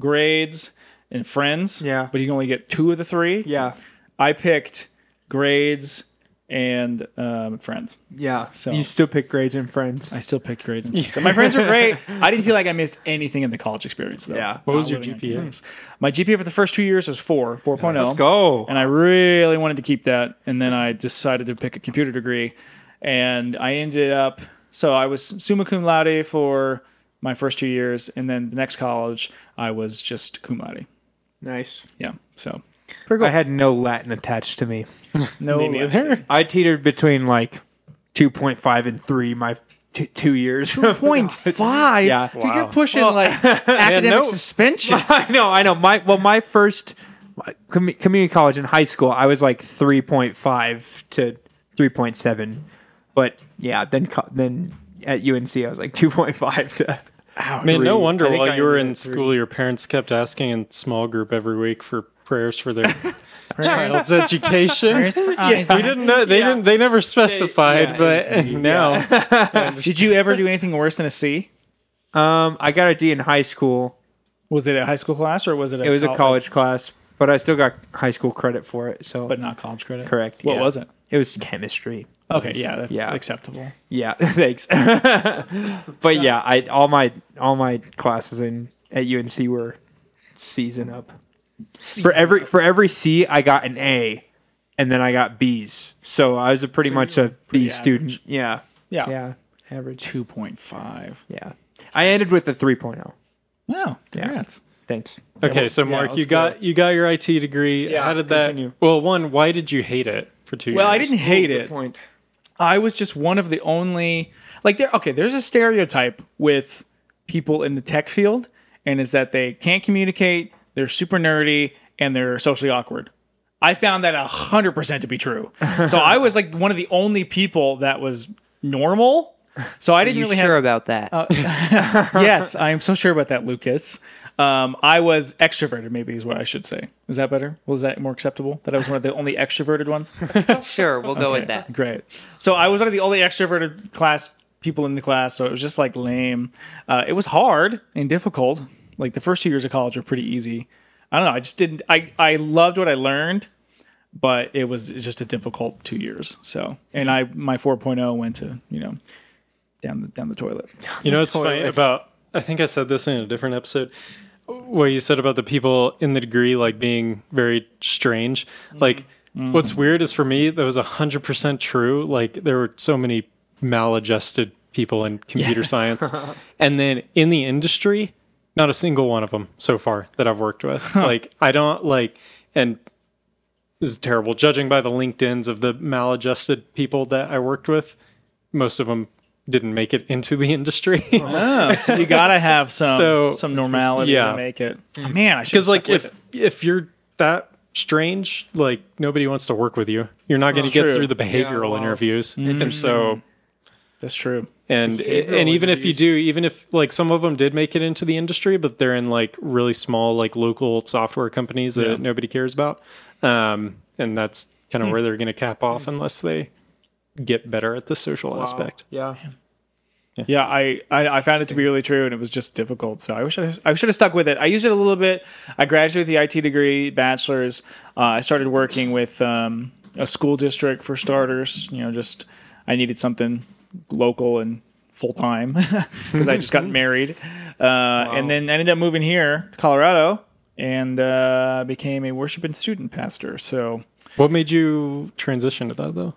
Speaker 2: grades, and friends.
Speaker 3: Yeah.
Speaker 2: but you can only get two of the three.
Speaker 3: Yeah.
Speaker 2: I picked grades and um, friends.
Speaker 3: Yeah.
Speaker 2: So-
Speaker 3: You still pick grades and friends.
Speaker 2: I still picked grades and friends. And my friends were great. I didn't feel like I missed anything in the college experience though.
Speaker 3: Yeah.
Speaker 1: What was
Speaker 2: Not
Speaker 1: your
Speaker 2: living on
Speaker 1: GPA?
Speaker 2: campus. My GPA for the first two years was four, 4.0.
Speaker 3: Let's go.
Speaker 2: And I really wanted to keep that. And then I decided to pick a computer degree. And I ended up, so I was summa cum laude for my first two years. And then the next college, I was just cum laude.
Speaker 3: Nice.
Speaker 2: Yeah. So
Speaker 3: I had no Latin attached to me.
Speaker 2: no.
Speaker 1: Me neither.
Speaker 3: I teetered between like 2.5 and 3 my t- two years.
Speaker 2: Point five.
Speaker 3: Yeah.
Speaker 2: Dude, you're pushing like academic
Speaker 1: no-
Speaker 2: suspension.
Speaker 3: I know, I know. My well, my first my commu- community college in high school, I was like three point five to three point seven, but yeah, then co- then at UNC, I was like two point five to.
Speaker 1: Man, no
Speaker 3: Three.
Speaker 1: wonder
Speaker 3: I think
Speaker 1: while
Speaker 3: I
Speaker 1: you were
Speaker 3: ended
Speaker 1: in
Speaker 3: at three.
Speaker 1: school, your parents kept asking in small group every week for prayers for their child's education.
Speaker 2: Where's- uh, is
Speaker 1: We
Speaker 2: that-
Speaker 1: didn't know. They
Speaker 3: Yeah.
Speaker 1: didn't. They never specified,
Speaker 3: yeah,
Speaker 1: but
Speaker 3: yeah.
Speaker 1: now
Speaker 2: Did you ever do anything worse than a C?
Speaker 3: Um, I got a D in high school.
Speaker 2: Was it a high school class or was it? A
Speaker 3: It was a college class, but I still got high school credit for it. So
Speaker 2: but not college credit.
Speaker 3: correct.
Speaker 2: What
Speaker 3: yeah.
Speaker 2: was it?
Speaker 3: It was chemistry.
Speaker 2: Okay,
Speaker 3: Nice.
Speaker 2: yeah, that's
Speaker 3: yeah.
Speaker 2: acceptable.
Speaker 3: Yeah, thanks. but yeah, I all my all my classes in at UNC were season up. For every for every C, I got an A, and then I got B's. So I was a pretty much a B
Speaker 2: pretty
Speaker 3: student. Yeah,
Speaker 2: Yeah,
Speaker 3: yeah, average.
Speaker 2: two point five.
Speaker 3: Yeah, I ended with a 3.0.
Speaker 2: Wow,
Speaker 3: Yes.
Speaker 2: congrats.
Speaker 3: Thanks.
Speaker 1: Okay, so Mark,
Speaker 3: let's
Speaker 1: you got you got your IT degree.
Speaker 3: Yeah,
Speaker 1: How did that?
Speaker 3: continue.
Speaker 1: Well, one, why did you hate it for two
Speaker 2: Well, I
Speaker 1: years?
Speaker 2: didn't hate
Speaker 3: Good
Speaker 2: it.
Speaker 3: point.
Speaker 2: I was just one of the only like there okay, there's a stereotype with people in the tech field and is that they can't communicate, they're super nerdy and they're socially awkward. I found that 100% to be true. So I was like one of the only people that was normal. So I didn't
Speaker 4: you
Speaker 2: really
Speaker 4: sure
Speaker 2: have
Speaker 4: about that?
Speaker 2: yes, I am so sure about that, Lucas. Um, I was extroverted, maybe is what I should say. Is that better? Was that more acceptable? That I was one of the only extroverted ones?
Speaker 4: sure, we'll go with that.
Speaker 2: Great. So I was one of the only extroverted class people in the class, so it was just like lame. Uh, it was hard and difficult. Like the first two years of college were pretty easy. I don't know. I just didn't. I I loved what I learned, but it was just a difficult two years. So and I my 4.0 went to you know down the down the toilet.
Speaker 1: You know, it's funny about. I think I said this in a different episode. What you said about the people in the degree like being very strange. Like, what's weird is for me that was hundred percent true. Like, there were so many maladjusted people in computer science, and then in the industry, not a single one of them so far that I've worked with. Like, I don't like, and this is terrible. Judging by the LinkedIn's of the maladjusted people that I worked with, most of them didn't make it into the industry.
Speaker 2: Oh, so you gotta have some
Speaker 1: So-
Speaker 2: some normality
Speaker 1: yeah.
Speaker 2: to make it. Man, I should
Speaker 1: because like if if you're that strange like nobody wants to work with you you're not going to
Speaker 2: That's
Speaker 1: get
Speaker 2: true.
Speaker 1: through the behavioral
Speaker 3: wow.
Speaker 1: interviews and so
Speaker 2: that's true.
Speaker 1: and and even if you do even if like some of them did make it into the industry but they're in like really small like local software companies that nobody cares about um and that's kind of where they're going to cap off unless they get better at the social aspect
Speaker 3: Yeah.
Speaker 2: Yeah, I, I I found it to be really true, and it was just difficult. So I wish I, I should have stuck with it. I used it a little bit. I graduated with the IT degree, bachelor's. Uh, I started working with um, a school district for starters. You know, just I needed something local and full time because I just got married, uh, and then I ended up moving here, to Colorado, and uh, became a worship and student pastor. So
Speaker 1: what made you transition to that though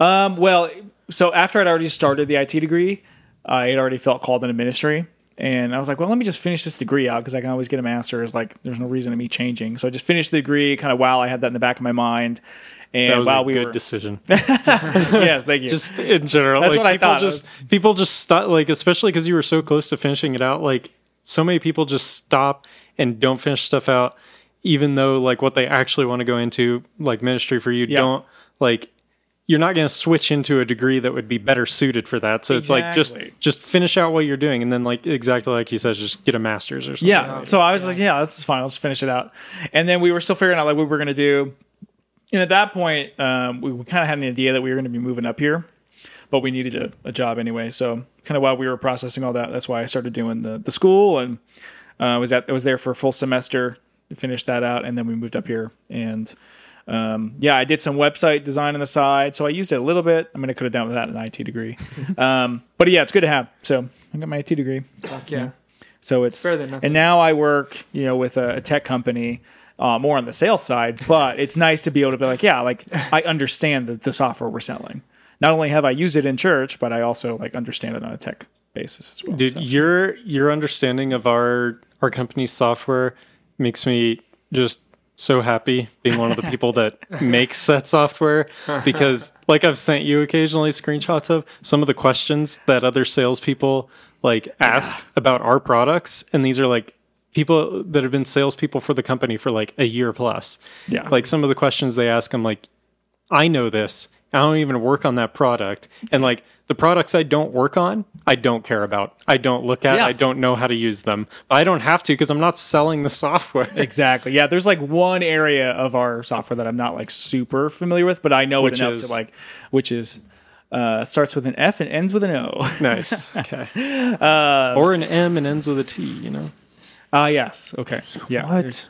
Speaker 2: um, well, so after I'd already started the IT degree, I had already felt called into ministry. And I was like, well, let me just finish this degree out because I can always get a master's. Like, there's no reason to me changing. So I just finished the degree kind of while I had that in the back of my mind. And
Speaker 1: that was
Speaker 2: while
Speaker 1: a
Speaker 2: we
Speaker 1: good
Speaker 2: were,
Speaker 1: decision
Speaker 2: yes, thank you.
Speaker 1: just in general.
Speaker 2: That's
Speaker 1: like,
Speaker 2: what I
Speaker 1: people
Speaker 2: thought.
Speaker 1: Just people just stop, like especially because you were so close to finishing it out. Like so many people just stop and don't finish stuff out, even though like what they actually want to go into, like ministry for you,
Speaker 2: Yeah.
Speaker 1: don't like. You're not going to switch into a degree that would be better suited for that. So it's like
Speaker 2: Exactly.
Speaker 1: just just finish out what you're doing, and then like exactly like you said, just get a master's or something.
Speaker 2: Yeah. So I was like, yeah, this is fine. Let's finish it out. And then we were still figuring out like what we were gonna do. And at that point, um, we, we kind of had an idea that we were gonna be moving up here, but we needed a, a job anyway. So kind of while we were processing all that, that's why I started doing the the school and uh, was at I was there for a full semester, finished that out, and then we moved up here and. Um, yeah, I did some website design on the side, so I used it a little bit. I mean, I could have done without an IT degree, um, but yeah, it's good to have. So I got my IT degree.
Speaker 3: yeah.
Speaker 2: So it's
Speaker 3: better than nothing.
Speaker 2: and now I work, you know, with a, a tech company, uh, more on the sales side. But it's nice to be able to be like, yeah, like I understand the, the software we're selling. Not only have I used it in church, but I also like understand it on a tech basis as well.
Speaker 1: Dude,
Speaker 2: so.
Speaker 1: your your understanding of our our company's software makes me just so happy being one of the people that makes that software because like I've sent you occasionally screenshots of some of the questions that other salespeople like ask about our products and these are like people that have been salespeople for the company for like a year plus.
Speaker 2: Yeah.
Speaker 1: Like some of the questions they ask I'm like I know this I don't even work on that product. And like the products I don't work on, I don't care about. I don't look at.
Speaker 2: Yeah.
Speaker 1: I don't know how to use them. I don't have to because I'm not selling the software.
Speaker 2: Exactly. Yeah, there's like one area of our software that I'm not like super familiar with, but I know
Speaker 1: Which
Speaker 2: it enough
Speaker 1: is-
Speaker 2: to like, which is uh, starts with an F and ends with an O.
Speaker 1: nice. Okay.
Speaker 2: uh,
Speaker 1: or an M and ends with a T. You know.
Speaker 2: Ah, yes. Okay. Yeah.
Speaker 3: What?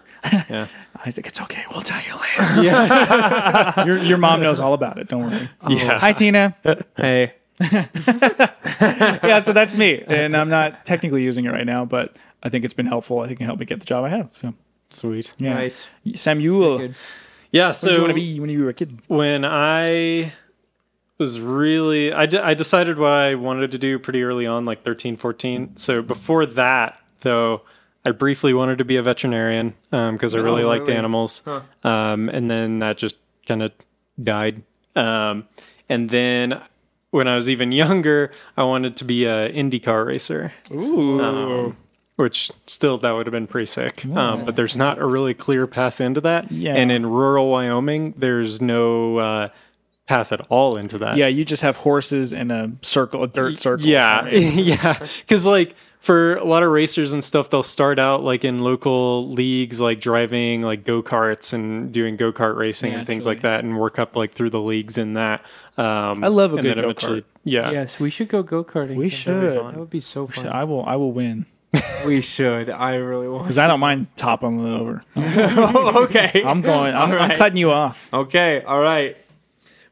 Speaker 1: Yeah.
Speaker 2: Isaac, it's okay. We'll tell you later. your, your mom knows all about it. Don't worry.
Speaker 1: Yeah.
Speaker 2: Hi, Tina.
Speaker 3: Hey.
Speaker 2: Yeah, so that's me. And I'm not technically using it right now, but I think it's been helpful. I think it helped me get the job I have. So,
Speaker 1: Sweet.
Speaker 2: yeah.
Speaker 3: Nice.
Speaker 2: Samuel, what
Speaker 3: Good.
Speaker 1: Yeah.
Speaker 2: do you
Speaker 1: So
Speaker 2: want to be when you were a kid?
Speaker 1: when I was really I, de- I decided what I wanted to do pretty early on like 13 14 so before that though I briefly wanted to be a veterinarian because I really liked
Speaker 3: really?
Speaker 1: animals um, and then that just kind of died um, and then when I was even younger I wanted to be a IndyCar racer
Speaker 2: Ooh.
Speaker 1: um, which still that would have been pretty sick. Um, but there's not a really clear path into that.
Speaker 2: Yeah.
Speaker 1: And in rural Wyoming, there's no uh, path at all into that.
Speaker 2: yeah, you just have horses in a circle, a dirt circle.
Speaker 1: Yeah. yeah. Because, like, for a lot of racers and stuff, they'll start out like in local leagues, like driving like go karts and doing go kart racing and things like
Speaker 2: Naturally.
Speaker 1: that, and work up like through the leagues in that. Um,
Speaker 2: I love a
Speaker 1: and
Speaker 2: good
Speaker 1: then
Speaker 2: go-kart.
Speaker 1: eventually- Yeah.
Speaker 3: Yes, we should go go karting.
Speaker 2: We should.
Speaker 3: That would be so
Speaker 2: So
Speaker 3: fun.
Speaker 2: I will. I will win
Speaker 3: We should. I really want.
Speaker 2: because I don't mind toppling it over.
Speaker 3: oh, okay.
Speaker 2: I'm going. I'm,
Speaker 3: All
Speaker 2: I'm
Speaker 3: right.
Speaker 2: cutting you off.
Speaker 3: Okay. All right.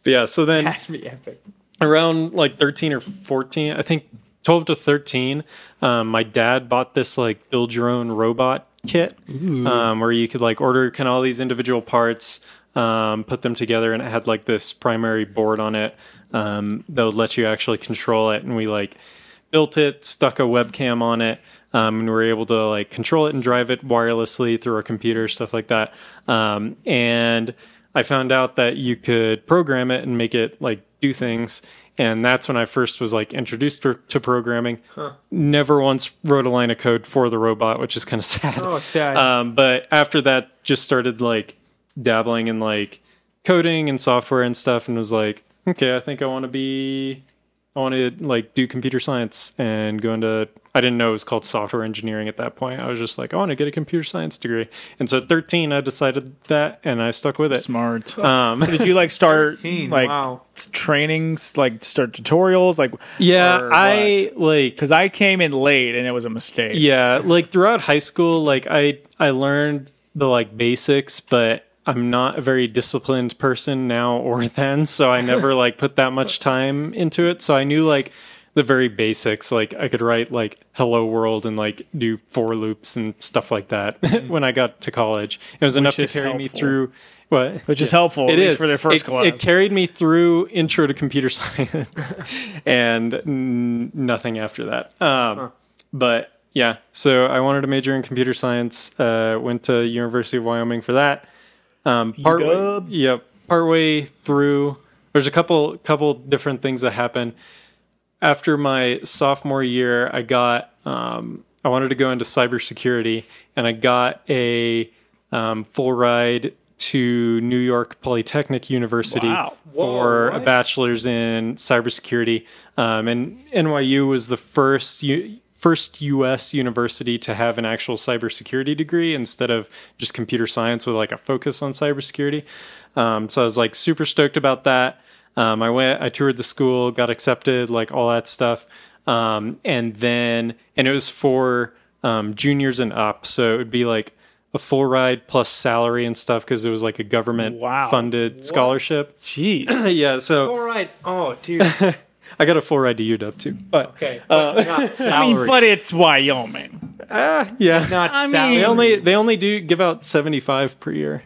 Speaker 1: But yeah. So then
Speaker 3: That's me epic.
Speaker 1: around like 13 or 14 i think 12 to 13 um, my dad bought this like build your own robot kit um, where you could like order kind of all these individual parts um, put them together and it had like this primary board on it um, that would let you actually control it and we like built it stuck a webcam on it um, and we were able to like control it and drive it wirelessly through a computer stuff like that um, and I found out that you could program it and make it like do things. And that's when I first was like introduced to, to programming. Never once wrote a line of code for the robot, which is kind of sad.
Speaker 3: Oh, sad.
Speaker 1: Um, but after that, just started like dabbling in like coding and software and stuff, and was like, okay, I think I want to be, I want to like do computer science and go into. I didn't know it was called software engineering at that point. I was just like, I want to get a computer science degree. And so at 13, I decided that, and I stuck with it.
Speaker 2: Smart.
Speaker 1: Um,
Speaker 2: Did you like start
Speaker 3: 13,
Speaker 2: like
Speaker 3: wow.
Speaker 2: s- trainings? Like start tutorials? Like
Speaker 1: yeah, I like
Speaker 2: because I came in late and it was a mistake.
Speaker 1: yeah, like throughout high school, like I I learned the like basics, but I'm not a very disciplined person now or then, so I never like put that much time into it. So I knew like the very basics, like I could write like hello world and like do for loops and stuff like that when I got to college. It was enough to
Speaker 2: Mm-hmm. is
Speaker 1: carry me
Speaker 2: helpful.
Speaker 1: through what
Speaker 2: which is helpful. at
Speaker 1: It is
Speaker 2: least for their first
Speaker 1: it,
Speaker 2: class.
Speaker 1: It carried me through intro to computer science and n- nothing after that. Um, But yeah, so I wanted to major in computer science. Uh, went to University of Wyoming for that. Um, partway,
Speaker 2: UW.
Speaker 1: yep, partway through, there's a couple couple different things that happen after my sophomore year, I got um, I wanted to go into cybersecurity, and I got a um, full ride to New York Polytechnic University
Speaker 2: Wow. Whoa,
Speaker 1: for a
Speaker 3: what?
Speaker 1: bachelor's in cybersecurity. Um, and NYU was the first U- first U.S. university to have an actual cybersecurity degree instead of just computer science with like a focus on cybersecurity. Um, so I was like super stoked about that. Um, I went, I toured the school, got accepted, like all that stuff. Um, and then, and it was for um, juniors and up. So it would be like a full ride plus salary and stuff because it was like a government
Speaker 2: Wow.
Speaker 1: funded scholarship.
Speaker 2: Jeez.
Speaker 1: yeah. So
Speaker 3: All right. Oh, dude.
Speaker 1: I got a full ride to UW too. But
Speaker 3: Okay. But
Speaker 2: I
Speaker 3: not
Speaker 2: mean,
Speaker 3: salary.
Speaker 2: but it's Wyoming.
Speaker 1: yeah,
Speaker 3: not
Speaker 2: I mean-
Speaker 3: salary.
Speaker 1: they only, they only do give out 75 per year.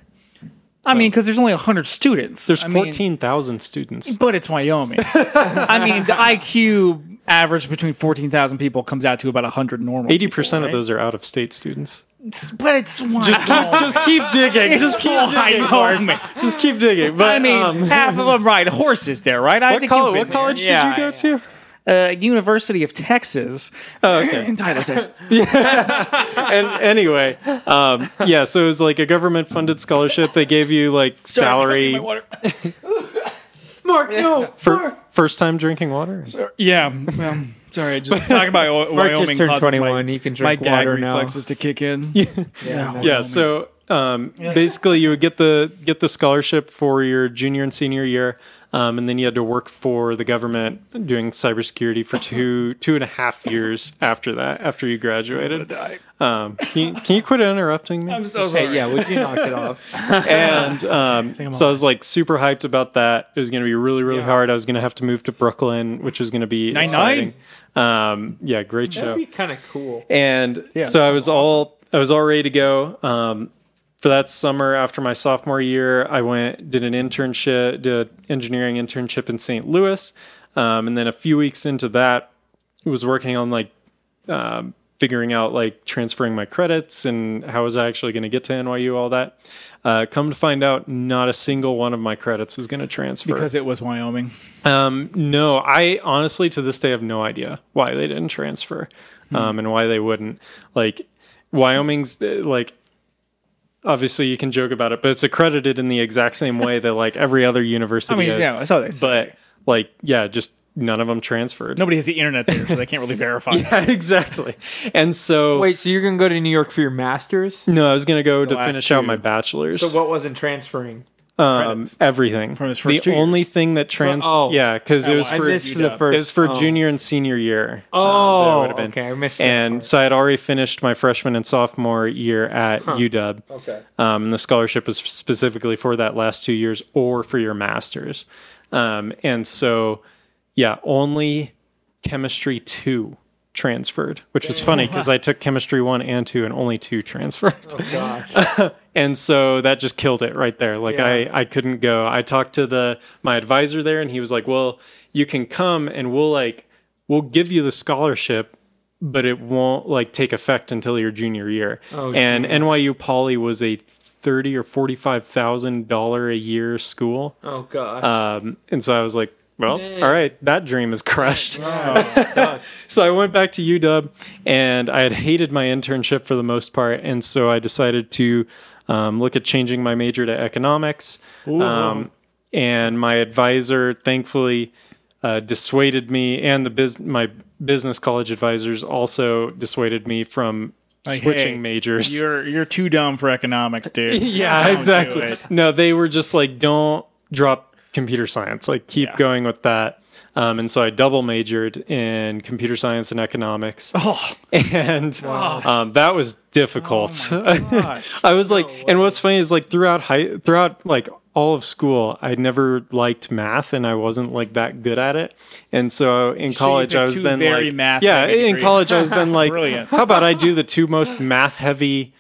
Speaker 2: I mean, because there's only 100 students.
Speaker 1: There's
Speaker 2: I mean,
Speaker 1: 14,000 students.
Speaker 2: but it's Wyoming. I mean, the IQ average between 14,000 people comes out to about 100 normal.
Speaker 1: 80%
Speaker 2: people,
Speaker 1: of those are out of state students.
Speaker 2: those. But it's Wyoming.
Speaker 1: Just keep, just keep digging. Just keep digging.
Speaker 2: Wyoming.
Speaker 1: Just keep digging. But
Speaker 2: I mean,
Speaker 1: um,
Speaker 2: half of them ride horses there, right?
Speaker 1: what, col- what college
Speaker 3: Yeah,
Speaker 1: did you go
Speaker 3: yeah.
Speaker 1: to?
Speaker 2: Uh, University of Texas. Oh, okay. In Tyler, Texas.
Speaker 1: and anyway, um, yeah, so it was like a government funded scholarship. They gave you like salary.
Speaker 3: Mark, no.
Speaker 1: Fir- first time drinking water?
Speaker 2: Yeah. Well, sorry. Just talking about Wy-
Speaker 3: Mark
Speaker 2: Wyoming.
Speaker 3: just turned
Speaker 2: causes my-
Speaker 3: 21. he can
Speaker 2: My
Speaker 3: drink
Speaker 2: gag
Speaker 3: water now.
Speaker 2: reflexes to kick in.
Speaker 1: yeah so um, basically you would get the get the scholarship for your junior and senior year um, and then you had to work for the government doing cybersecurity for two two and a half years after that after you graduated Um, can, you, can you quit interrupting me
Speaker 2: I'm so sorry.
Speaker 3: Hey, yeah, would you knock it off?
Speaker 1: and um,
Speaker 2: I'm
Speaker 1: so I was like super hyped about that. It was going to be really, really hard. I was going to have to move to Brooklyn, which was going to be
Speaker 2: Nine-nine.
Speaker 1: exciting. Um, yeah, great show.
Speaker 3: That'd be kind of cool.
Speaker 1: And so
Speaker 2: that
Speaker 1: I was all I was all ready to go. Um, for that summer after my sophomore year, I went did an internship, did an engineering internship in St. Louis, um, and then a few weeks into that, was working on like um, figuring out like transferring my credits and how was I actually going to get to NYU, all that. Uh, come to find out, not a single one of my credits was going to transfer.
Speaker 2: Because it was Wyoming.
Speaker 1: Um, no, I honestly to this day have no idea why they didn't transfer,
Speaker 2: Hmm.
Speaker 1: um, and why they wouldn't. Like Wyoming's uh, like obviously you can joke about it, but it's accredited in the exact same way that like every other
Speaker 2: I
Speaker 1: university
Speaker 2: mean,
Speaker 1: is.
Speaker 2: yeah, I saw that.
Speaker 1: but like yeah, just none of them transferred.
Speaker 2: Nobody has the internet there, so they can't really verify. it.
Speaker 1: Yeah, exactly. And so
Speaker 3: Wait, so you're gonna go to New York for your masters?
Speaker 1: no, I was gonna go to
Speaker 2: last
Speaker 1: finish out
Speaker 2: two.
Speaker 1: my bachelor's.
Speaker 3: So what wasn't transferring?
Speaker 1: um,
Speaker 2: credits?
Speaker 1: everything
Speaker 2: From his first
Speaker 1: the
Speaker 2: two years?
Speaker 1: only thing that trans
Speaker 3: oh.
Speaker 1: yeah because it
Speaker 2: Oh,
Speaker 1: was
Speaker 2: I
Speaker 1: for
Speaker 2: missed
Speaker 1: it
Speaker 2: the
Speaker 3: first-
Speaker 1: was for
Speaker 3: oh.
Speaker 1: junior and senior year. Um, that
Speaker 3: Oh,
Speaker 1: would've been-
Speaker 3: okay, I missed. that
Speaker 1: and
Speaker 3: part.
Speaker 1: so I had already finished my freshman and sophomore year at UW.
Speaker 3: Okay.
Speaker 1: Um, and the scholarship was specifically for that last two years or for your master's. Um, and so, yeah, only chemistry two transferred, which was funny because I took chemistry one and two, and only two transferred.
Speaker 3: Gosh.
Speaker 1: And so that just killed it right there. Like
Speaker 3: Yeah.
Speaker 1: I, I couldn't go. I talked to the my advisor there and he was like, "Well, you can come and we'll like we'll give you the scholarship, but it won't like take effect until your junior year."
Speaker 3: Oh,
Speaker 1: and NYU Poly was a 30 or $45,000 a year school.
Speaker 3: Oh god.
Speaker 1: Um, and so I was like, well,
Speaker 3: Dang.
Speaker 1: all right, that dream is crushed.
Speaker 2: Oh,
Speaker 1: so I went back to UW and I had hated my internship for the most part. And so I decided to um, look at changing my major to economics. Um, and my advisor, thankfully, uh, dissuaded me, and the bus- my business college advisors also dissuaded me from
Speaker 2: Like,
Speaker 1: switching
Speaker 2: hey,
Speaker 1: majors.
Speaker 2: You're you're too dumb for economics, dude.
Speaker 1: Yeah,
Speaker 2: Don't do
Speaker 1: exactly.
Speaker 2: it.
Speaker 1: No, they were just like, don't drop computer science. Like, keep going with that. Um, and so I double majored in computer science and economics,
Speaker 2: Oh,
Speaker 1: and um, that was difficult.
Speaker 2: Oh gosh.
Speaker 1: I was like, and what's funny is like throughout high, throughout like all of school, I never liked math, and I wasn't like that good at it. And so in college, I
Speaker 2: picked
Speaker 1: was
Speaker 2: two
Speaker 1: then
Speaker 2: very
Speaker 1: like,
Speaker 2: math
Speaker 1: yeah,
Speaker 2: heavy
Speaker 1: in
Speaker 2: degrees.
Speaker 1: college, I was then like,
Speaker 2: Brilliant.
Speaker 1: how about I do the two most math heavy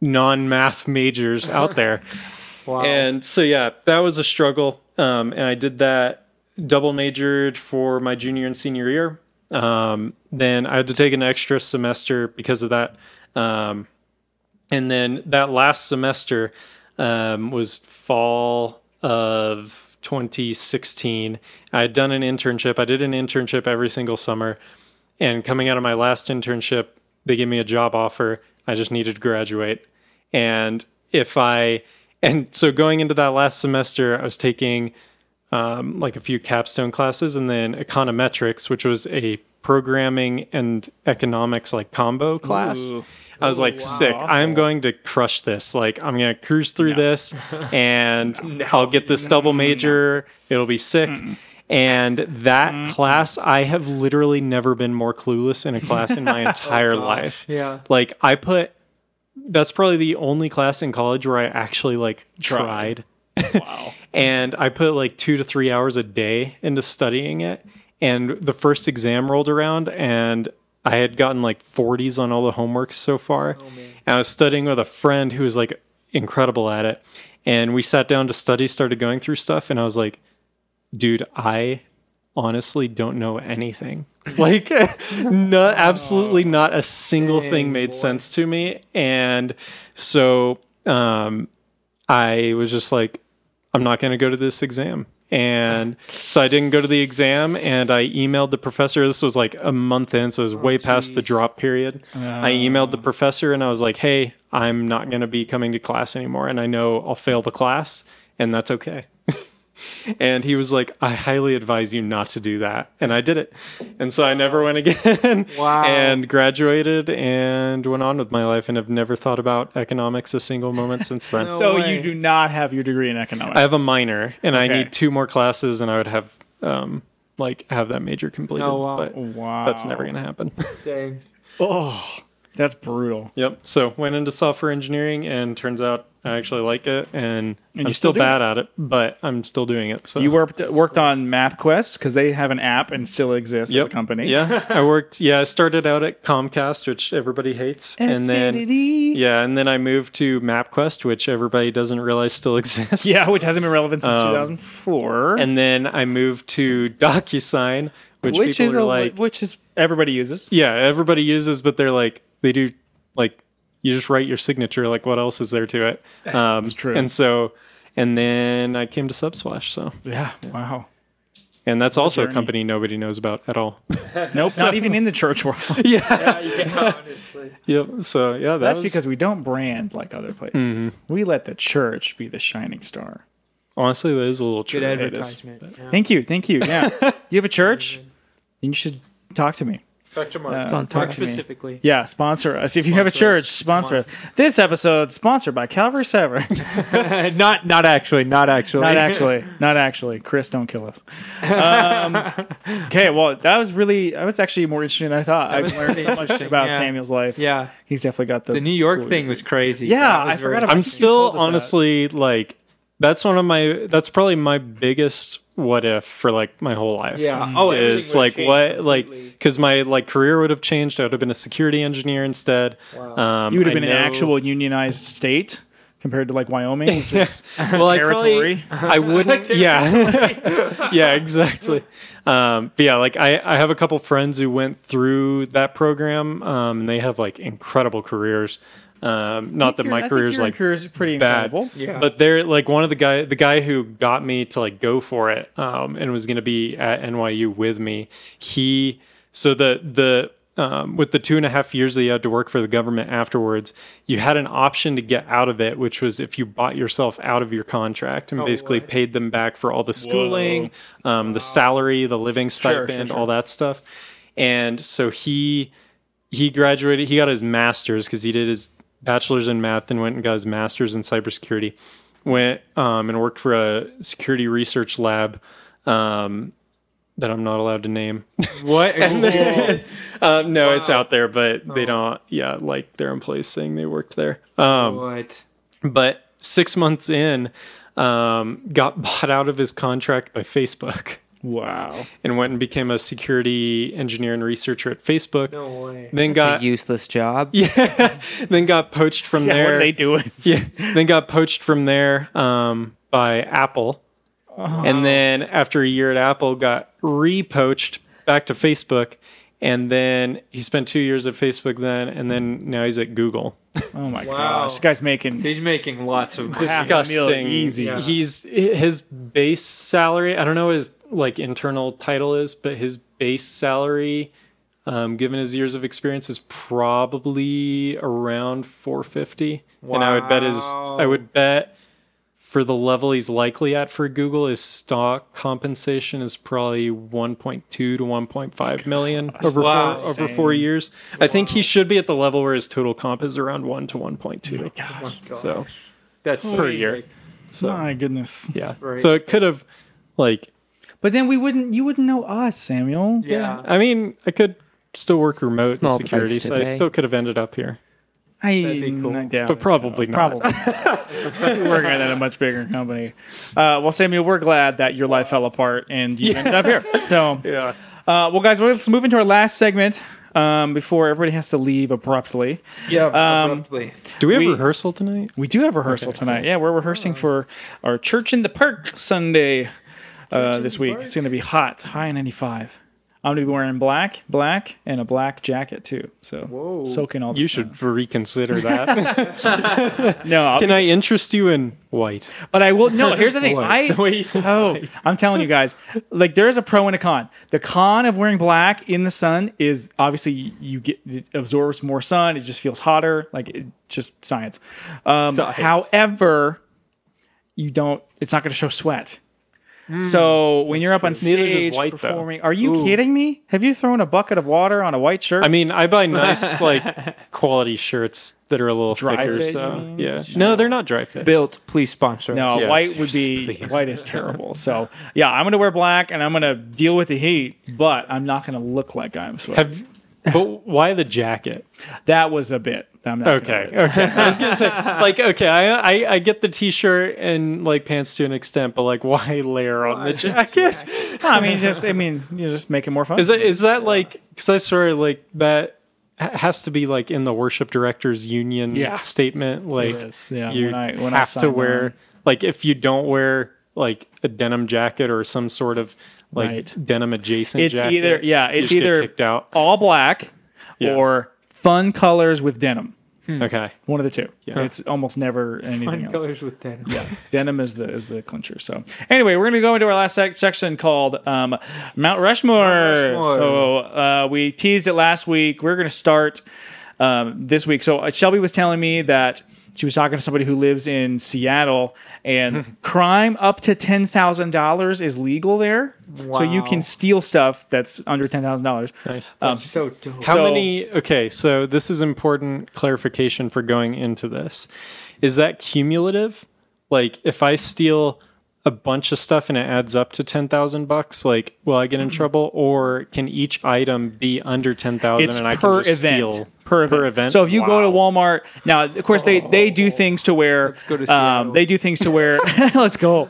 Speaker 1: non math majors out there?
Speaker 3: wow.
Speaker 1: And so yeah, that was a struggle. Um, and I did that double majored for my junior and senior year. Um, then I had to take an extra semester because of that. Um, and then that last semester um, was fall of 2016. I had done an internship. I did an internship every single summer. And coming out of my last internship, they gave me a job offer. I just needed to graduate. And if I, and so going into that last semester, I was taking um, like a few capstone classes and then econometrics, which was a programming and economics like combo class.
Speaker 2: Ooh.
Speaker 1: I was like, sick. I'm going to crush this. Like, I'm going to cruise through this and I'll get this double major. It'll be sick. And that class, I have literally never been more clueless in a class in my entire life.
Speaker 3: Yeah.
Speaker 1: Like, I put that's probably the only class in college where I actually like tried.
Speaker 2: wow.
Speaker 1: And I put like two to three hours a day into studying it. And the first exam rolled around, and I had gotten like 40s on all the homework so far. and I was studying with a friend who was like incredible at it. And we sat down to study, started going through stuff, and I was like, dude, I honestly don't know anything. Like, no, absolutely not a single thing made sense to me. And so um, I was just like, I'm not going to go to this exam. And so I didn't go to the exam and I emailed the professor. This was like a month in, so it was
Speaker 3: Oh,
Speaker 1: way past the drop period.
Speaker 3: Uh.
Speaker 1: I emailed the professor and I was like, hey, I'm not going to be coming to class anymore. And I know I'll fail the class, and that's okay. And he was like, I highly advise you not to do that. And I did it. And so I never went again.
Speaker 3: Wow.
Speaker 1: And graduated and went on with my life and have never thought about economics a single moment since then.
Speaker 3: No.
Speaker 2: So
Speaker 3: way.
Speaker 2: you do not have your degree in economics.
Speaker 1: I have a minor and I
Speaker 2: Okay.
Speaker 1: need two more classes and I would have um like have that major completed.
Speaker 3: Oh, wow.
Speaker 1: But
Speaker 2: wow.
Speaker 1: that's never gonna happen.
Speaker 3: Dang.
Speaker 2: Oh, that's brutal.
Speaker 1: yep. So went into software engineering and turns out I actually like it and, I'm
Speaker 2: you
Speaker 1: still
Speaker 2: still do it.
Speaker 1: bad at it, but I'm still doing it. So
Speaker 2: You worked worked on MapQuest because they have an app and still exists as a company.
Speaker 1: Yeah. I worked yeah, I started out at Comcast, which everybody hates. And then
Speaker 2: Xfinity.
Speaker 1: yeah, and then I moved to MapQuest, which everybody doesn't realize still exists.
Speaker 2: yeah, which hasn't been relevant since
Speaker 1: Um,
Speaker 2: 2004,
Speaker 1: And then I moved to DocuSign, which,
Speaker 2: which
Speaker 1: people
Speaker 2: is
Speaker 1: are
Speaker 2: a,
Speaker 1: like
Speaker 2: which is everybody uses.
Speaker 1: yeah, everybody uses, but they're like they do like you just write your signature. Like what else is there to it? Um, That's
Speaker 2: true.
Speaker 1: And so, and then I came to Subsplash. So,
Speaker 2: Yeah. Wow.
Speaker 1: and that's also a
Speaker 2: journey.
Speaker 1: company nobody knows about at all.
Speaker 2: Nope. not even in the church world.
Speaker 1: yeah.
Speaker 3: yeah, honestly.
Speaker 1: Yep. So yeah, that was-
Speaker 2: That's
Speaker 1: Mm-hmm.
Speaker 2: because we don't brand like other places. We let the church be the shining star.
Speaker 1: honestly that is a little true.
Speaker 3: Good
Speaker 1: It is.
Speaker 3: advertisement. Yeah.
Speaker 2: Thank you. Thank you. Yeah. you have a church? Then you should talk to me.
Speaker 3: Don't
Speaker 2: talk
Speaker 3: talk
Speaker 2: to me.
Speaker 3: specifically.
Speaker 2: Yeah, sponsor us. If you have a church, sponsor us. This episode sponsored by Calvary Severn.
Speaker 3: not not actually. Not actually.
Speaker 2: not actually. Not actually. Chris, don't kill us. Um, okay, well, that was really, that was actually more interesting than I thought. I
Speaker 3: was
Speaker 2: learned
Speaker 3: pretty
Speaker 2: so much
Speaker 3: interesting,
Speaker 2: about
Speaker 3: yeah.
Speaker 2: Samuel's life.
Speaker 3: yeah.
Speaker 2: He's definitely got the,
Speaker 3: The New York thing was crazy.
Speaker 2: Yeah,
Speaker 3: That was
Speaker 2: I
Speaker 3: very-
Speaker 2: forgot about
Speaker 1: I'm
Speaker 2: You
Speaker 1: still
Speaker 2: told us that.
Speaker 1: honestly like that's one of my that's probably my biggest what if for like my whole life.
Speaker 3: Yeah. Oh, everything
Speaker 1: is
Speaker 3: would
Speaker 1: like
Speaker 3: change
Speaker 1: what like
Speaker 3: completely.
Speaker 1: because my like career would have changed. I would have been a security engineer instead.
Speaker 3: Wow.
Speaker 1: Um,
Speaker 2: You would have
Speaker 1: I
Speaker 2: been an
Speaker 1: know-
Speaker 2: actual unionized state compared to like Wyoming, which is
Speaker 1: well, I
Speaker 2: territory.
Speaker 1: Probably, I wouldn't. yeah, yeah, exactly. Um, but yeah, like I, I have a couple friends who went through that program. Um, and they have like incredible careers. Um, not that
Speaker 2: Your-
Speaker 1: my
Speaker 2: I think
Speaker 1: career's
Speaker 2: your
Speaker 1: like
Speaker 2: career is pretty
Speaker 1: bad.
Speaker 2: incredible.
Speaker 3: Yeah.
Speaker 1: But they're like one of the guy the guy who got me to like go for it um and was going to be at NYU with me. He so the the um, with the two and a half years that you had to work for the government afterwards, you had an option to get out of it, which was if you bought yourself out of your contract
Speaker 2: Oh,
Speaker 1: and basically
Speaker 3: what?
Speaker 1: paid them back for all the schooling, um, the salary, the living
Speaker 2: sure,
Speaker 1: stipend, all that stuff. And so he he graduated he got his master's because he did his bachelor's in math and went and got his master's in cybersecurity went um, and worked for a security research lab um, that i'm not allowed to name
Speaker 3: what?
Speaker 1: um, no it's out there but they don't yeah like their employees saying they worked there um,
Speaker 3: what?
Speaker 1: but six months in um, got bought out of his contract by facebook
Speaker 2: Wow.
Speaker 1: and went and became a security engineer and researcher at facebook
Speaker 3: No way.
Speaker 1: then
Speaker 4: A
Speaker 1: got
Speaker 4: useless job.
Speaker 1: Uh, yeah, then got poached from
Speaker 2: Yeah, what
Speaker 1: there
Speaker 2: are they doing?
Speaker 1: yeah then got poached from there um, by apple and then after a year at apple got re-poached back to facebook and then he spent two years at facebook then and then now he's at google
Speaker 2: Oh my
Speaker 3: Wow.
Speaker 2: gosh. This guy's making
Speaker 3: He's making lots of.
Speaker 2: Half a meal
Speaker 1: disgusting
Speaker 2: easy.
Speaker 3: Yeah.
Speaker 1: he's his base salary i don't know what his like internal title is but his base salary um, given his years of experience is probably around 450 and i would bet his i
Speaker 3: Wow.
Speaker 1: would bet for the level he's likely at for google his stock compensation is probably 1.2 to 1.5 million over,
Speaker 3: Wow.
Speaker 1: four, over four
Speaker 2: Insane.
Speaker 1: years i think he should be at the level where his total comp is around 1 to
Speaker 3: Oh
Speaker 1: 1.2 so
Speaker 3: That's
Speaker 1: per year. so
Speaker 2: my goodness.
Speaker 1: yeah.
Speaker 3: Right.
Speaker 1: So it could have, like,
Speaker 2: But then we wouldn't you wouldn't know us, Samuel.
Speaker 3: Yeah.
Speaker 1: I mean, I could still work remote in
Speaker 4: Small price
Speaker 1: security, so I
Speaker 4: today.
Speaker 1: still could have ended up here.
Speaker 2: I,
Speaker 3: be cool.
Speaker 2: I doubt
Speaker 1: But
Speaker 2: it.
Speaker 1: probably not.
Speaker 2: Probably. You're working at a much bigger company. Uh, well, Samuel, we're glad that your life fell apart and you ended up here. So,
Speaker 1: Yeah.
Speaker 2: uh, well, guys, let's move into our last segment um, before everybody has to leave abruptly.
Speaker 3: Yeah.
Speaker 2: Um,
Speaker 3: abruptly.
Speaker 1: Do we have
Speaker 2: We-
Speaker 1: rehearsal tonight?
Speaker 2: We do have rehearsal tonight. Yeah, we're rehearsing for our Church in the Park Sunday uh, this week. It's going to be hot, high 95. I'm going to be wearing black, black, and a black jacket too. So, soaking all the
Speaker 1: You
Speaker 2: sun.
Speaker 1: should reconsider that.
Speaker 2: No, I'll-
Speaker 1: Can I interest you in white?
Speaker 2: But I will. No, here's the thing.
Speaker 3: What?
Speaker 2: I
Speaker 3: The way you said
Speaker 2: oh, I'm telling you guys, like there is a pro and a con. The con of wearing black in the sun is obviously you get it absorbs more sun. It just feels hotter. Like it, just science. Um,
Speaker 3: Science.
Speaker 2: However, you don't. It's not going to show sweat.
Speaker 3: Hmm.
Speaker 2: so when you're up on
Speaker 1: Neither does
Speaker 2: stage
Speaker 1: white, though.
Speaker 2: performing, are you kidding me? Have you thrown a bucket of water on a white shirt?
Speaker 1: I mean, I buy nice like quality shirts that are a little
Speaker 2: Dry
Speaker 1: thicker.
Speaker 2: fit,
Speaker 1: so
Speaker 2: you mean?
Speaker 1: yeah, no, they're not dry fit.
Speaker 3: Built, please sponsor.
Speaker 2: no,
Speaker 1: yeah,
Speaker 2: white would be
Speaker 1: seriously, please.
Speaker 2: white is terrible. So yeah, I'm gonna wear black and I'm gonna deal with the heat, but I'm not gonna look like I'm sweating.
Speaker 1: Have, but why the jacket?
Speaker 2: that was a bit. I'm not gonna
Speaker 1: Okay,
Speaker 2: do it.
Speaker 1: okay. I was gonna say like okay, I, I I get the t-shirt and like pants to an extent, but like why layer on the jacket?
Speaker 2: No, I mean, just I mean, you just make it more fun.
Speaker 1: Is that is that like because I swear like that ha- has to be like in the worship directors union
Speaker 2: Yeah.
Speaker 1: statement. Like
Speaker 2: is, yeah.
Speaker 1: you
Speaker 2: When I- when I
Speaker 1: have to
Speaker 2: signed
Speaker 1: wear
Speaker 2: on.
Speaker 1: like if you don't wear like a denim jacket or some sort of like
Speaker 2: Right.
Speaker 1: denim adjacent
Speaker 2: it's
Speaker 1: jacket,
Speaker 2: either yeah,
Speaker 1: you
Speaker 2: it's
Speaker 1: just get
Speaker 2: either
Speaker 1: kicked out.
Speaker 2: all black
Speaker 1: Yeah.
Speaker 2: or fun colors with denim.
Speaker 1: Okay.
Speaker 2: One of the two. It's almost never anything else.
Speaker 3: colors with that. Yeah.
Speaker 2: Denim is the is the clincher. So anyway, we're gonna go into our last sec- section called um, Mount Rushmore.
Speaker 3: Rushmore.
Speaker 2: So uh, we teased it last week. We're gonna start um, this week. So uh, Shelby was telling me that she was talking to somebody who lives in Seattle, and crime up to ten thousand dollars is legal there. So you
Speaker 3: Wow.
Speaker 2: can steal stuff that's under ten thousand dollars.
Speaker 1: Nice.
Speaker 3: So dope.
Speaker 1: How
Speaker 2: So-
Speaker 1: many? Okay, so this is important clarification for going into this. Is that cumulative? Like, if I steal a bunch of stuff and it adds up to ten thousand bucks, like, will I get
Speaker 2: Mm-hmm.
Speaker 1: in trouble? Or can each item be under ten thousand
Speaker 2: It's
Speaker 1: and I
Speaker 2: per
Speaker 1: can just
Speaker 2: event.
Speaker 1: steal
Speaker 2: per event. So if you go to
Speaker 1: Wow.
Speaker 2: Walmart now, of course they they do things to where let's
Speaker 3: go to Seattle.
Speaker 2: they do things to where let's go.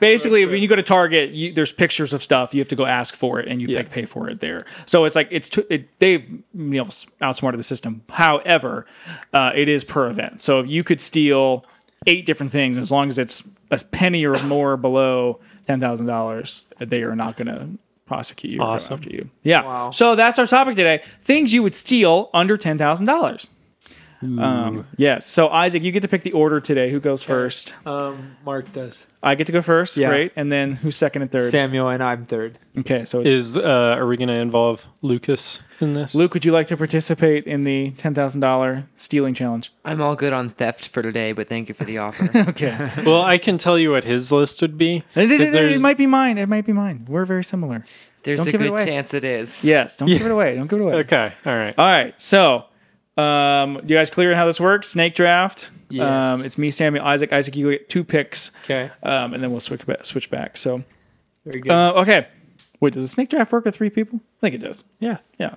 Speaker 2: Basically, when you go to Target, you, there's pictures of stuff you have to go ask for it, and you like pay for it there. So it's like it's t- it, they've you know outsmarted the system. However, uh, it is per event. So if you could steal eight different things, as long as it's a penny or more below ten thousand dollars, they are not going to prosecute you. or go
Speaker 1: Awesome.
Speaker 2: after you. Yeah.
Speaker 3: Wow.
Speaker 2: So that's our topic today: things you would steal under ten thousand dollars. Um, yes. So Isaac, you get to pick the order today. Who goes first?
Speaker 3: Um, Mark does.
Speaker 2: I get to go first.
Speaker 3: Yeah.
Speaker 2: Great. And then who's second and third?
Speaker 3: Samuel and I'm third.
Speaker 2: Okay. So it's,
Speaker 1: Is uh, are we going to involve Lucas in this?
Speaker 2: Luke, would you like to participate in the ten thousand dollar stealing challenge?
Speaker 4: I'm all good on theft for today, but thank you for the offer.
Speaker 2: Okay.
Speaker 1: Well, I can tell you what his list would be.
Speaker 2: it, it-
Speaker 1: 'cause
Speaker 2: it- it
Speaker 1: there's-
Speaker 2: might be mine. It might be mine. We're very similar.
Speaker 4: There's
Speaker 2: Don't
Speaker 4: a
Speaker 2: give it
Speaker 4: good
Speaker 2: away.
Speaker 4: chance it is.
Speaker 2: Yes. Don't give it away. Don't give it away.
Speaker 1: Okay. All right.
Speaker 2: All right. So, um, you guys clear on how this works? Snake draft.
Speaker 3: Yes.
Speaker 2: Um, it's me, Samuel, Isaac. Isaac, you get two picks.
Speaker 3: Okay. Um,
Speaker 2: Um, and then we'll switch back. Switch back. So,
Speaker 3: Very good.
Speaker 2: uh, okay. Wait, does a snake draft work with three people? I think it does.
Speaker 3: yeah.
Speaker 2: Yeah.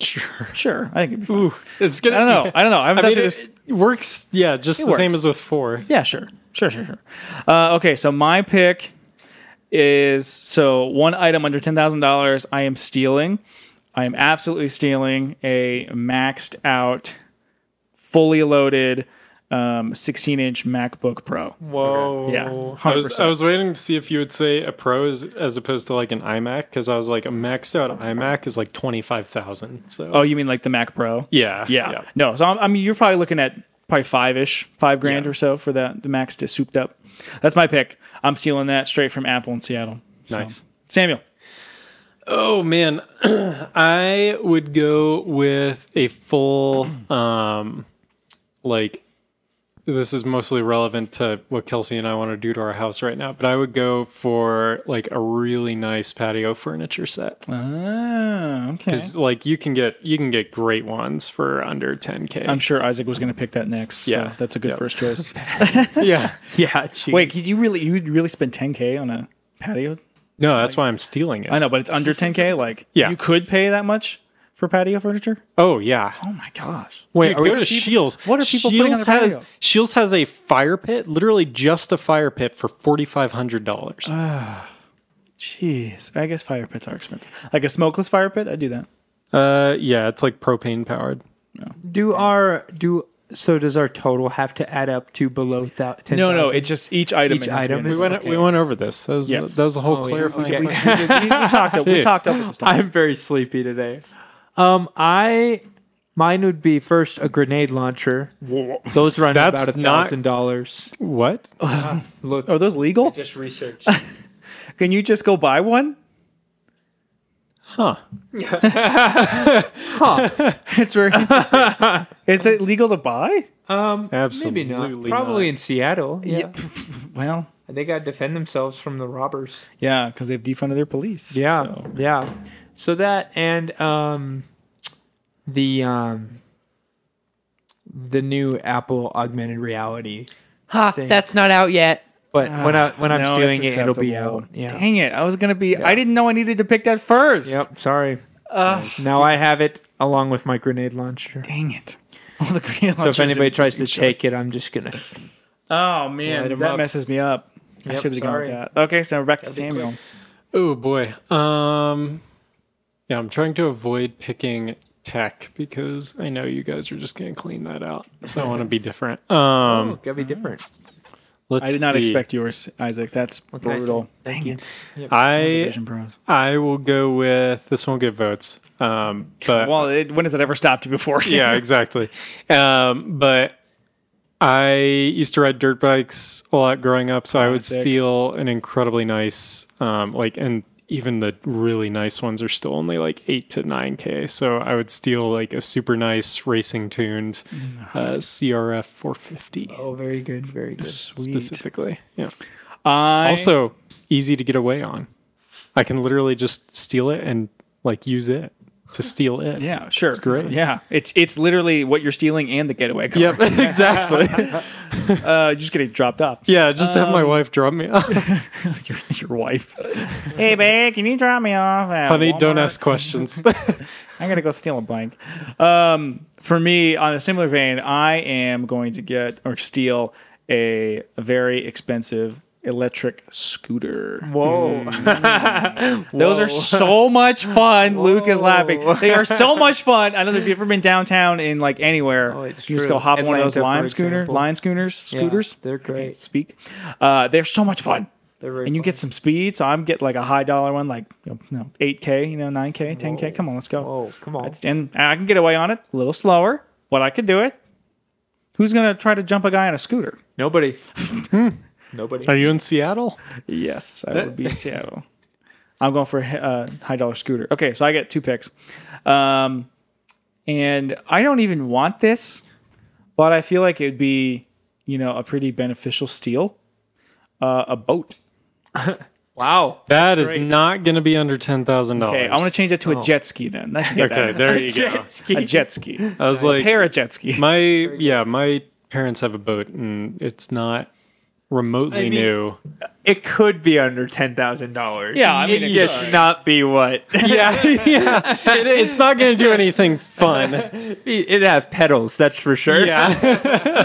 Speaker 1: Sure.
Speaker 2: Sure. I think it'd be fun.
Speaker 1: Ooh, it's gonna.
Speaker 2: I don't know. I don't know. I haven't
Speaker 1: I
Speaker 2: done
Speaker 1: mean,
Speaker 2: this.
Speaker 1: it, it works. Yeah, just the
Speaker 2: works.
Speaker 1: same as with four.
Speaker 2: Yeah, sure. Sure, sure, sure. Uh, okay, so my pick is so one item under $10,000 I am stealing. I am absolutely stealing a maxed out, fully loaded um, 16 inch MacBook Pro.
Speaker 3: Whoa.
Speaker 2: Yeah.
Speaker 1: I was,
Speaker 2: 100%.
Speaker 1: I was waiting to see if you would say a pro is, as opposed to like an iMac because I was like a maxed out iMac is like twenty five thousand. So
Speaker 2: oh, you mean like the Mac Pro?
Speaker 1: yeah,
Speaker 2: Yeah. No, so I'm, I mean, you're probably looking at probably five ish, five grand or so for that, the maxed is souped up. That's my pick. I'm stealing that straight from Apple in Seattle. So,
Speaker 1: Nice.
Speaker 2: Samuel.
Speaker 1: Oh man, I would go with a full um, like this is mostly relevant to what Kelsey and I want to do to our house right now, but I would go for like a really nice patio furniture set.
Speaker 2: Ah, okay.
Speaker 1: Because like you can get you can get great ones for under ten k.
Speaker 2: I'm sure Isaac was going to pick that next. So
Speaker 1: Yeah.
Speaker 2: that's a good first choice.
Speaker 1: yeah.
Speaker 3: Yeah. Geez.
Speaker 2: Wait, could you really you would really spend 10k on a patio?
Speaker 1: No, that's why I'm stealing it.
Speaker 2: I know, but it's under 10k. Like,
Speaker 1: Yeah.
Speaker 2: you could pay that much for patio furniture.
Speaker 1: Oh yeah.
Speaker 2: Oh my gosh!
Speaker 1: Wait,
Speaker 3: are we
Speaker 1: go to
Speaker 3: keep-
Speaker 1: Shields.
Speaker 2: what are people putting on
Speaker 1: Shields
Speaker 2: their
Speaker 1: has
Speaker 2: patio?
Speaker 1: Shields has a fire pit, literally just a fire pit for forty five hundred dollars.
Speaker 2: Jeez, I guess fire pits are expensive. Like a smokeless fire pit, I'd do that.
Speaker 1: uh, yeah, it's like propane powered.
Speaker 3: do our do so does our total have to add up to below thou- ten?
Speaker 2: No, no, it's just each item.
Speaker 3: Each
Speaker 2: it has to be
Speaker 3: item
Speaker 2: in
Speaker 3: is-
Speaker 1: We
Speaker 2: there.
Speaker 1: went we went over this. That was
Speaker 2: Yes.
Speaker 1: that was the whole
Speaker 3: Oh,
Speaker 2: Oh,
Speaker 3: yeah,
Speaker 1: clarifying.
Speaker 3: okay.
Speaker 1: question.
Speaker 2: we, we talked up. We
Speaker 1: Jeez.
Speaker 2: talked up. With this stuff.
Speaker 3: I'm very sleepy today. Um, I mine would be first a grenade launcher. Those run
Speaker 1: That's
Speaker 3: about a
Speaker 1: not-
Speaker 3: thousand dollars.
Speaker 1: What?
Speaker 3: Look,
Speaker 2: Are those legal?
Speaker 3: just research.
Speaker 2: Can you just go buy one?
Speaker 1: Huh?
Speaker 2: It's very interesting. Is it legal to buy?
Speaker 3: Um,
Speaker 1: Absolutely
Speaker 3: maybe not.
Speaker 1: not.
Speaker 3: Probably in Seattle. Yeah.
Speaker 2: Well,
Speaker 3: They got to defend themselves from the robbers.
Speaker 2: Yeah, because they've defunded their police.
Speaker 3: Yeah,
Speaker 2: so.
Speaker 3: yeah. So that and um, the um, the new Apple augmented reality.
Speaker 4: Ha!
Speaker 3: Same.
Speaker 4: That's not out yet.
Speaker 3: But when I when I'm
Speaker 2: No, Ah, it's
Speaker 3: doing it, it'll be
Speaker 2: acceptable.
Speaker 3: out. Yeah.
Speaker 2: Dang it! I was gonna be. I didn't know I needed to pick that first.
Speaker 3: Yep. Sorry.
Speaker 2: Ugh,
Speaker 3: Now I have it along with my grenade launcher.
Speaker 2: Dang it! All the green
Speaker 3: So if
Speaker 2: launchers
Speaker 3: anybody
Speaker 2: are
Speaker 3: tries to
Speaker 2: each
Speaker 3: take it, I'm just gonna.
Speaker 2: Oh
Speaker 3: Light
Speaker 2: man,
Speaker 3: 'em
Speaker 2: that
Speaker 3: up.
Speaker 2: messes me up. I
Speaker 3: Yep,
Speaker 2: should have gone with
Speaker 3: sorry.
Speaker 2: that. Okay, so back to Samuel.
Speaker 1: Oh boy. Um yeah, I'm trying to avoid picking tech because I know you guys are just gonna clean that out. So I wanna be different. Um
Speaker 3: Oh, gotta be different.
Speaker 1: let's
Speaker 2: I did not
Speaker 1: see.
Speaker 2: expect yours, Isaac. That's
Speaker 3: can I say?
Speaker 2: brutal.
Speaker 3: Thank
Speaker 2: Dang
Speaker 3: you.
Speaker 2: it,
Speaker 1: I
Speaker 2: Division Pros.
Speaker 1: I will go with this won't get votes. Um but
Speaker 2: Well, it, when has it ever stopped you before?
Speaker 1: yeah,
Speaker 2: Samuel?
Speaker 1: exactly. Um, but I used to ride dirt bikes a lot growing up, so I would
Speaker 2: sick.
Speaker 1: steal an incredibly nice, um, like, and even the really nice ones are still only like eight to nine k. So I would steal like a super nice racing tuned uh, CRF 450
Speaker 3: Oh, very good. Very good.
Speaker 2: Sweet.
Speaker 1: specifically. Yeah.
Speaker 2: I,
Speaker 1: Also easy to get away on. I can literally just steal it and like use it to steal it.
Speaker 2: yeah, sure, it's
Speaker 1: great.
Speaker 2: Yeah, it's it's literally what you're stealing and the getaway car.
Speaker 1: Yep. Exactly.
Speaker 2: uh, just getting dropped off.
Speaker 1: yeah. Just have my wife drop me off.
Speaker 2: your, your wife. hey, babe, can you drop me off? At
Speaker 1: Honey, don't
Speaker 2: Walmart?
Speaker 1: ask questions.
Speaker 2: I'm gonna go steal a blank. Um, for me, on a similar vein, I am going to get or steal a, a very expensive electric scooter. Hmm.
Speaker 3: Whoa.
Speaker 2: Those are so much fun. Luke is laughing. They are so much fun. I don't know if you've ever been downtown in like anywhere.
Speaker 3: Oh, it's
Speaker 2: you just
Speaker 3: true.
Speaker 2: go hop on one of those
Speaker 3: Atlanta, for
Speaker 2: lime scooter,
Speaker 3: example.
Speaker 2: lime scooters, scooters.
Speaker 3: they're
Speaker 2: I can't
Speaker 3: great.
Speaker 2: Speak. Uh, they're so much fun.
Speaker 3: They're very
Speaker 2: and you get some speed. So I'm get like a high dollar one, like you know, eight k, you know, nine k, ten k. Come on, let's go.
Speaker 3: Whoa, come on.
Speaker 2: That's- and I can get away on it a little slower, but I could do it. Who's gonna try to jump a guy on a scooter?
Speaker 3: Nobody. Nobody.
Speaker 1: Are you in Seattle?
Speaker 2: Yes, I would be in Seattle. I'm going for a uh, high dollar scooter. Okay, so I get two picks, um, and I don't even want this, but I feel like it'd be, you know, a pretty beneficial steal. Uh, a boat.
Speaker 3: Wow.
Speaker 1: That is not going to be under ten thousand dollars.
Speaker 2: Okay, I want to change that to a jet ski then. I can get
Speaker 1: Oh. Okay, there you go.
Speaker 3: Jet
Speaker 2: that.
Speaker 3: ski.
Speaker 2: a jet ski,
Speaker 1: I was
Speaker 2: a
Speaker 1: like,
Speaker 2: pair of jet skis.
Speaker 1: my yeah, my parents have a boat, and it's not remotely
Speaker 3: mean-
Speaker 1: new.
Speaker 3: It could be under ten thousand dollars.
Speaker 2: Yeah, I mean, it
Speaker 3: just
Speaker 2: could.
Speaker 3: not be what.
Speaker 1: Yeah, yeah, it, it's not going to do anything fun.
Speaker 3: It'd have pedals, that's for sure.
Speaker 1: Yeah,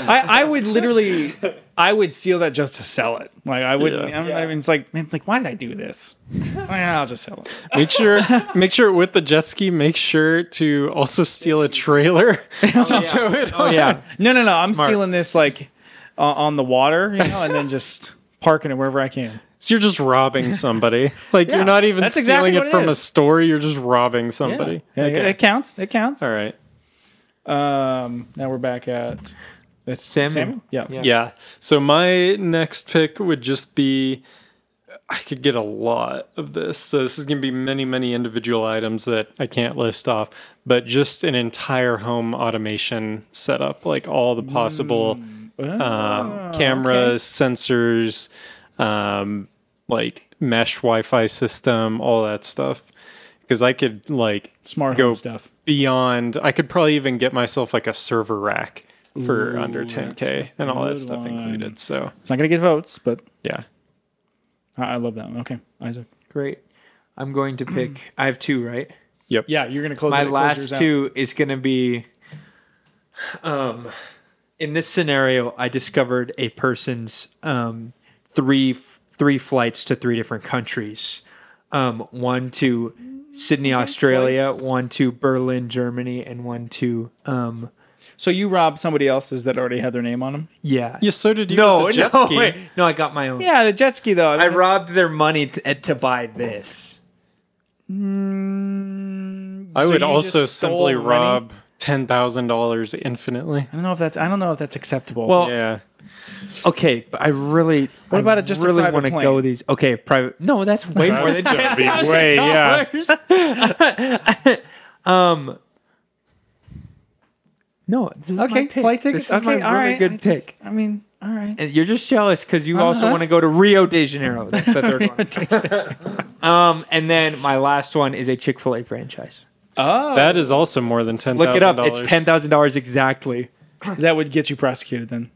Speaker 2: I, I would literally, I would steal that just to sell it. Like I wouldn't.
Speaker 1: Yeah.
Speaker 2: I'm, I mean, it's like, man, like why did I do this? Well, I'll just sell it.
Speaker 1: make sure make sure with the jet ski, make sure to also steal a trailer to tow it.
Speaker 3: Oh, yeah.
Speaker 2: No, no, no. I'm stealing this like uh, on the water, you know, and then just parking it wherever I can.
Speaker 1: So you're just robbing somebody. Like
Speaker 2: Yeah,
Speaker 1: you're not even
Speaker 2: that's
Speaker 1: stealing
Speaker 2: exactly
Speaker 1: it
Speaker 2: what it
Speaker 1: from a
Speaker 2: is.
Speaker 1: store. You're just robbing somebody.
Speaker 2: Yeah,
Speaker 1: Okay.
Speaker 2: It counts. It counts.
Speaker 1: All right.
Speaker 2: Um, now we're back at it's
Speaker 3: Samuel.
Speaker 2: Yeah.
Speaker 3: Yeah.
Speaker 1: Yeah. So my next pick would just be I could get a lot of this. So this is going to be many, many individual items that I can't list off, but just an entire home automation setup, like all the possible um, cameras, sensors, um, like mesh Wi-Fi system, all that stuff. Because I could like
Speaker 2: Smart
Speaker 1: Go.
Speaker 2: home stuff.
Speaker 1: beyond i could probably even get myself like a server rack for under 10k and all that
Speaker 2: good
Speaker 1: stuff
Speaker 2: one.
Speaker 1: included so
Speaker 2: It's not gonna get votes, but
Speaker 1: yeah
Speaker 2: I, I love that one. Okay, Isaac.
Speaker 3: Great. I'm going to pick I have two, right?
Speaker 2: Yeah, you're gonna close.
Speaker 3: My
Speaker 2: it, close yours
Speaker 3: last
Speaker 2: out.
Speaker 3: two is gonna be um in this scenario I discovered a person's um three three flights to three different countries. Um one to Sydney, Australia, one to Berlin, Germany, and one to um
Speaker 2: So you robbed somebody else's that already had their name on them.
Speaker 3: yeah.
Speaker 1: yeah so did you
Speaker 3: No,
Speaker 1: with the jet
Speaker 3: no,
Speaker 1: ski
Speaker 3: wait. no, I got my own.
Speaker 2: Yeah, the jet ski though.
Speaker 3: I robbed their money to, to buy this.
Speaker 1: i
Speaker 2: So
Speaker 1: would
Speaker 2: you
Speaker 1: also
Speaker 2: just stole
Speaker 1: simply
Speaker 2: money?
Speaker 1: rob ten thousand dollars infinitely
Speaker 2: I don't know if that's. I don't know if that's acceptable.
Speaker 3: Well,
Speaker 1: yeah
Speaker 3: Okay, but I really.
Speaker 2: What
Speaker 3: I
Speaker 2: about it just a
Speaker 3: really
Speaker 2: private
Speaker 3: wanna
Speaker 2: plane?
Speaker 3: go these? Okay, private. No, that's way more than ten thousand
Speaker 1: way- yeah.
Speaker 3: dollars. um. No, this is my
Speaker 2: okay,
Speaker 3: pick.
Speaker 2: flight tickets.
Speaker 3: This is
Speaker 2: okay,
Speaker 3: my
Speaker 2: all
Speaker 3: really
Speaker 2: right,
Speaker 3: good
Speaker 2: I
Speaker 3: pick.
Speaker 2: just- I mean, All right.
Speaker 3: And you're just jealous because you also
Speaker 2: Uh-huh.
Speaker 3: want to go to Rio de Janeiro. That's the third one. um, and then my last one is a Chick Fil A franchise.
Speaker 2: Oh, that,
Speaker 1: That is also more than ten.
Speaker 3: Look it up. It's ten thousand dollars exactly.
Speaker 2: would get you prosecuted then.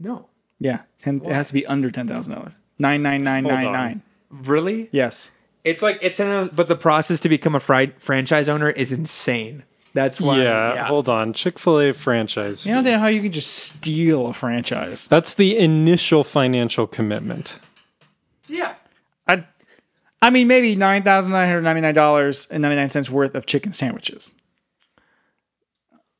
Speaker 3: No,
Speaker 2: Yeah, ten, it has to be under ten thousand dollars. Nine nine nine nine
Speaker 1: Hold
Speaker 2: nine.
Speaker 1: on.
Speaker 3: really?
Speaker 2: Yes.
Speaker 3: It's like it's in a, but the process to become a fri- franchise owner is insane. That's why.
Speaker 1: Yeah, hold on. Chick Fil A franchise.
Speaker 2: You know how you can just steal a franchise.
Speaker 1: That's the initial financial commitment.
Speaker 3: yeah.
Speaker 2: I, I mean, maybe nine thousand nine hundred ninety nine dollars and ninety nine cents worth of chicken sandwiches.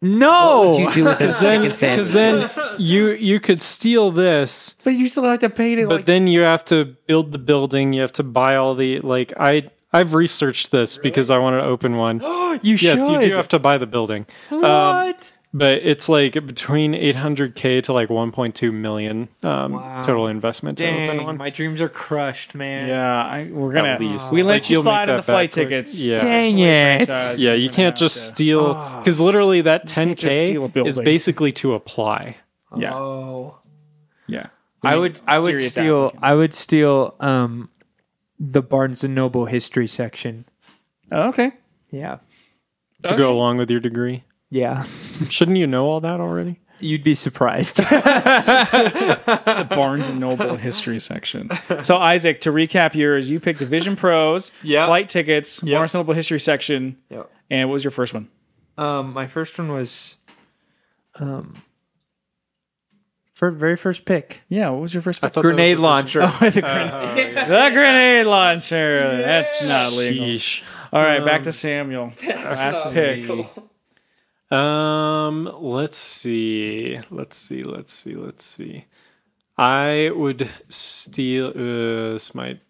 Speaker 3: No.
Speaker 4: What would you do with this chicken
Speaker 1: Because
Speaker 4: sandwich?
Speaker 1: then you you could steal this,
Speaker 2: But you still have to pay to
Speaker 1: but
Speaker 2: like.
Speaker 1: then you have to build the building. You have to buy all the like. I I've researched this because I want to open one.
Speaker 2: Oh,
Speaker 3: You
Speaker 1: yes,
Speaker 3: should.
Speaker 1: you do have to buy the building,
Speaker 3: what?
Speaker 1: but it's like between 800k to like 1.2 million um, total investment to open
Speaker 3: Dang,
Speaker 1: one.
Speaker 3: my dreams are crushed, man.
Speaker 2: yeah, I, we're gonna.
Speaker 1: At least.
Speaker 2: We let
Speaker 1: Like,
Speaker 2: you
Speaker 1: you'll make
Speaker 2: slide
Speaker 1: that
Speaker 2: on the flight
Speaker 1: back, like-
Speaker 2: tickets.
Speaker 1: Yeah.
Speaker 3: Dang it.
Speaker 2: Franchise,
Speaker 1: Yeah,
Speaker 2: you're
Speaker 1: you
Speaker 2: gonna
Speaker 1: can't
Speaker 2: have
Speaker 1: just
Speaker 2: to- Ah.
Speaker 1: steal because literally that
Speaker 2: can't just steal a
Speaker 1: 10k is
Speaker 2: building.
Speaker 1: basically to apply.
Speaker 2: Yeah.
Speaker 3: Oh.
Speaker 2: Yeah.
Speaker 3: I would I would
Speaker 2: serious
Speaker 3: steal
Speaker 2: applicants.
Speaker 3: I would steal um the Barnes and Noble history section.
Speaker 2: Oh, okay.
Speaker 3: Yeah.
Speaker 1: to go along with your degree.
Speaker 3: Yeah.
Speaker 1: Shouldn't you know all that already?
Speaker 3: You'd be surprised.
Speaker 2: Barnes and Noble history section. So Isaac, to recap yours, you picked Division Pros,
Speaker 3: Yeah.
Speaker 2: flight tickets,
Speaker 3: Yeah.
Speaker 2: Barnes and Noble history section, and what was your first one?
Speaker 3: Um my first one was um for very first pick.
Speaker 2: Yeah, what was your first?
Speaker 1: I thought
Speaker 3: Grenade launcher.
Speaker 2: the grenade, the grenade launcher. That's not legal.
Speaker 1: Yeesh.
Speaker 2: All right, back to Samuel. Last pick.
Speaker 1: Um, let's see. Let's see. Let's see. Let's see. I would steal. Uh, this might.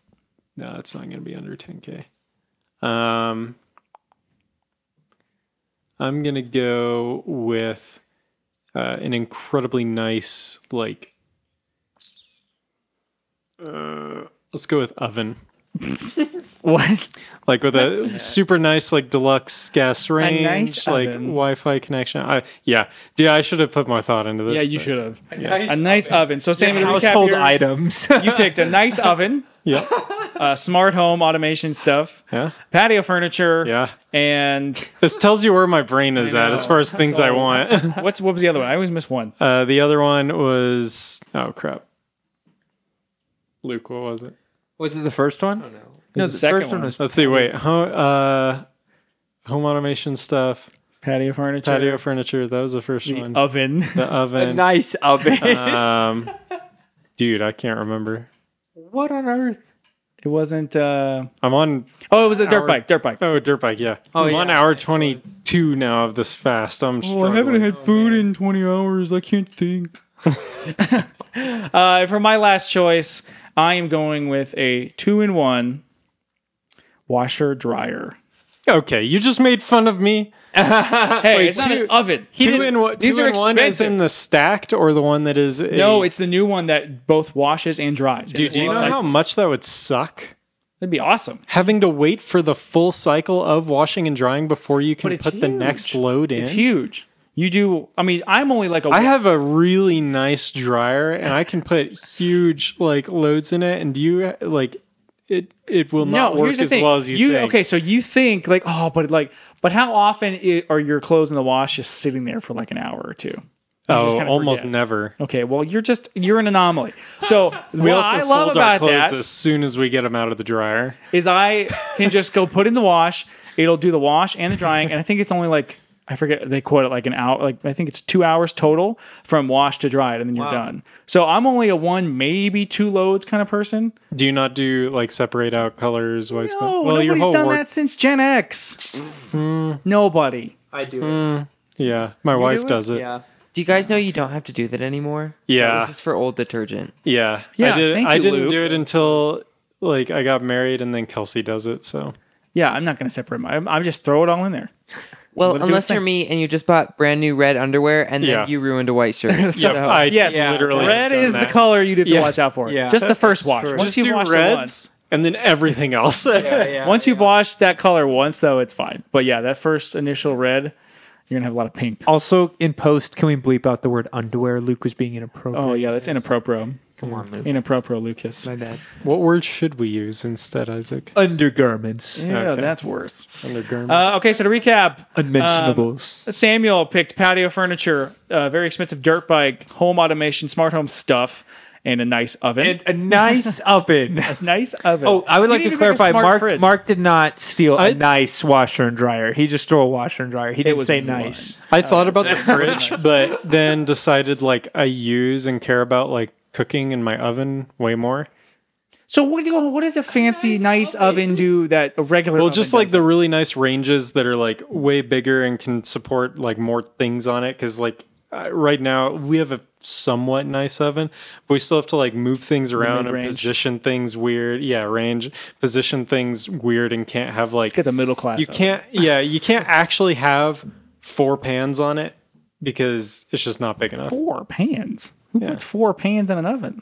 Speaker 1: No, it's not going to be under 10k. Um, I'm going to go with uh, an incredibly nice, like. Uh, let's go with oven.
Speaker 2: What?
Speaker 1: like with a super nice like deluxe gas range,
Speaker 2: nice
Speaker 1: like
Speaker 2: oven.
Speaker 1: Wi-Fi connection. I, yeah, dude, I should have put more thought into this.
Speaker 2: Yeah, you
Speaker 1: but-
Speaker 2: should have a nice oven. So Samuel, to recap
Speaker 3: Household
Speaker 2: yours,
Speaker 3: items.
Speaker 2: You picked a nice oven,
Speaker 1: Yeah,
Speaker 2: uh, smart home automation stuff,
Speaker 1: yeah,
Speaker 2: patio furniture,
Speaker 1: yeah.
Speaker 2: and
Speaker 1: This tells you where my brain is at as far as things I want.
Speaker 2: what's what was the other one? I always miss one.
Speaker 1: uh, the other one was oh crap, Luke, what was it?
Speaker 3: was it the first one? Oh, no.
Speaker 2: was the second one.
Speaker 3: was
Speaker 1: Let's see. Wait, home, uh, home automation stuff,
Speaker 2: Patio furniture.
Speaker 1: patio furniture. That was the first
Speaker 2: The
Speaker 1: one.
Speaker 2: oven.
Speaker 1: the oven.
Speaker 3: nice oven.
Speaker 1: Um, dude, I can't remember.
Speaker 3: what on earth?
Speaker 2: It wasn't. uh
Speaker 1: I'm on
Speaker 2: Oh, it was a dirt
Speaker 1: Our-
Speaker 2: bike. Dirt bike.
Speaker 1: Oh, dirt bike, yeah.
Speaker 3: Oh,
Speaker 1: I'm
Speaker 3: yeah.
Speaker 1: on hour 22 now of this fast. I'm struggling.
Speaker 2: food in 20 hours. I can't think. uh, for my last choice, I am going with a two in one washer dryer.
Speaker 1: Okay, you just made fun of me.
Speaker 2: Hey, it's not
Speaker 1: Uh, two-
Speaker 2: an oven. He
Speaker 1: two
Speaker 2: didn't-
Speaker 1: in, one,
Speaker 2: These
Speaker 1: two
Speaker 2: are
Speaker 1: in one is
Speaker 2: expensive.
Speaker 1: in the stacked or the one that is. A,
Speaker 2: no, it's the new one that both washes and dries.
Speaker 1: Dude, do you know how much that would suck?
Speaker 2: That'd be awesome.
Speaker 1: Having to wait for the full cycle of washing and drying before you can
Speaker 2: it's
Speaker 1: put the next
Speaker 2: huge.
Speaker 1: load in.
Speaker 2: It's huge. You do. I mean, I'm only like a.
Speaker 1: I have a really nice dryer and I can put huge like loads in it. And do you like it? It will
Speaker 2: no,
Speaker 1: not
Speaker 2: here's
Speaker 1: work
Speaker 2: the
Speaker 1: as
Speaker 2: thing.
Speaker 1: well as you, think.
Speaker 2: Okay, so you think like, oh, but like, but how often i are your clothes in the wash just sitting there for like an hour or two? just
Speaker 1: Oh,
Speaker 2: kinda
Speaker 1: almost
Speaker 2: forget.
Speaker 1: never.
Speaker 2: Okay, well, you're just you're an anomaly. So
Speaker 1: We
Speaker 2: what
Speaker 1: also
Speaker 2: I love
Speaker 1: fold our
Speaker 2: about
Speaker 1: clothes
Speaker 2: that is
Speaker 1: as soon as we get them out of the dryer.
Speaker 2: I can just go put in the wash. It'll do the wash and the drying, and I think it's only like I forget they quote it like an hour. Like I think it's two hours total from wash to dry, it, and then you're done. So I'm only a one, maybe two loads kind of person.
Speaker 1: Do you not do like separate out colors, white space? Well, your
Speaker 2: nobody's
Speaker 1: whole
Speaker 2: done
Speaker 1: work.
Speaker 2: that since Gen X. Nobody.
Speaker 3: I do.
Speaker 1: Yeah, my wife
Speaker 2: do it?
Speaker 1: does it. Yeah,
Speaker 3: Yeah.
Speaker 4: Do you guys know you don't have to do that anymore?
Speaker 1: yeah,
Speaker 4: This is for old detergent.
Speaker 1: yeah.
Speaker 2: Yeah,
Speaker 1: I did.
Speaker 2: thank
Speaker 1: I
Speaker 2: you,
Speaker 1: didn't
Speaker 2: Luke.
Speaker 1: do it until like I got married, and then Kelsey does it. So
Speaker 2: Yeah, I'm not going to separate my. I'm, I'm just throw it all in there.
Speaker 4: Well,
Speaker 2: Let it do its
Speaker 4: unless
Speaker 2: thing.
Speaker 4: you're me and you just bought brand new red underwear and then
Speaker 1: Yeah.
Speaker 4: you ruined a white shirt.
Speaker 1: yeah,
Speaker 4: So-
Speaker 1: I
Speaker 2: Yes,
Speaker 1: yeah, literally have
Speaker 2: red
Speaker 1: done
Speaker 2: is
Speaker 1: that.
Speaker 2: the color you have to
Speaker 1: Yeah.
Speaker 2: watch out for.
Speaker 3: Yeah.
Speaker 2: Just the first wash. Once
Speaker 1: Just
Speaker 2: you've
Speaker 1: do
Speaker 2: washed it
Speaker 1: reds
Speaker 2: once,
Speaker 1: and then everything else.
Speaker 3: Yeah.
Speaker 2: once you've washed that color once, though, it's fine. But yeah, that first initial red, you're gonna have a lot of pink.
Speaker 3: Also, in post, can we bleep out the word underwear? Luke was being inappropriate.
Speaker 2: Oh yeah, that's inappropriate.
Speaker 3: Come on, Luke.
Speaker 2: Inappropriate Lucas.
Speaker 3: My bad.
Speaker 1: What word should we use instead, Isaac?
Speaker 3: Undergarments.
Speaker 2: Yeah,
Speaker 1: Okay.
Speaker 2: that's worse.
Speaker 1: Undergarments.
Speaker 2: Uh, okay, so to recap,
Speaker 3: Unmentionables.
Speaker 2: Samuel picked patio furniture, a very expensive dirt bike, home automation, smart home stuff, and a nice oven.
Speaker 3: and Um, a nice oven.
Speaker 2: nice oven.
Speaker 3: Oh, I would
Speaker 2: You
Speaker 3: like
Speaker 2: need
Speaker 3: to
Speaker 2: make a
Speaker 3: clarify.
Speaker 2: smart
Speaker 3: Mark
Speaker 2: fridge.
Speaker 3: Mark did not steal a
Speaker 1: I-
Speaker 3: nice washer and dryer. He just stole a washer and dryer. He didn't
Speaker 2: was
Speaker 3: say
Speaker 2: mine.
Speaker 3: nice.
Speaker 1: I thought about the fridge, but then decided like I use and care about like cooking in my oven way more.
Speaker 2: So what, do, what does a fancy nice, oven. do that a regular?
Speaker 1: Well,
Speaker 2: oven
Speaker 1: just like
Speaker 2: doesn't?
Speaker 1: the really nice ranges that are like way bigger and can support like more things on it. Cause like uh, right now we have a somewhat nice oven, but we still have to like move things around and
Speaker 2: mid-range.
Speaker 1: position things weird. Yeah, range, position things weird and can't have like.
Speaker 2: get the middle class.
Speaker 1: You
Speaker 2: oven.
Speaker 1: can't, yeah, you can't actually have four pans on it because it's just not big enough.
Speaker 2: four pans. Who
Speaker 1: Yeah.
Speaker 2: puts four pans in an oven?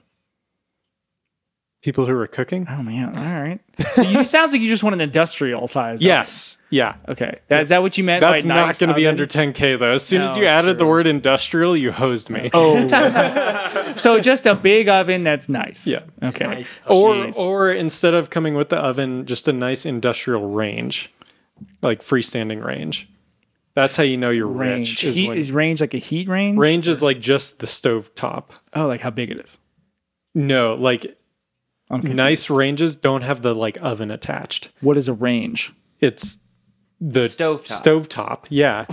Speaker 1: People who are cooking?
Speaker 2: Oh man! All right. So you, it sounds like you just want an industrial size. oven.
Speaker 1: Yes. Yeah.
Speaker 2: Okay. That, is that what you meant?
Speaker 1: That's
Speaker 2: by
Speaker 1: not
Speaker 2: nice
Speaker 1: going to be
Speaker 2: oven?
Speaker 1: under 10K though. As soon
Speaker 2: No,
Speaker 1: as you
Speaker 2: it's
Speaker 1: added the
Speaker 2: true.
Speaker 1: word industrial, you hosed me.
Speaker 3: Oh,
Speaker 2: So just a big oven that's nice.
Speaker 1: Yeah.
Speaker 2: Okay.
Speaker 1: or
Speaker 2: Oh, Jeez.
Speaker 1: or instead of coming with the oven, just a nice industrial range, like freestanding range. That's how you know you're
Speaker 2: range.
Speaker 1: rich. Is
Speaker 2: heat
Speaker 1: when-
Speaker 2: is range like a heat range.
Speaker 1: range is like just the stove top.
Speaker 2: Oh, like how big it is.
Speaker 1: No, like
Speaker 2: I'm confused.
Speaker 1: nice ranges don't have the like oven attached.
Speaker 2: What is a range?
Speaker 1: It's the
Speaker 4: Stove top.
Speaker 1: Stove top. Yeah.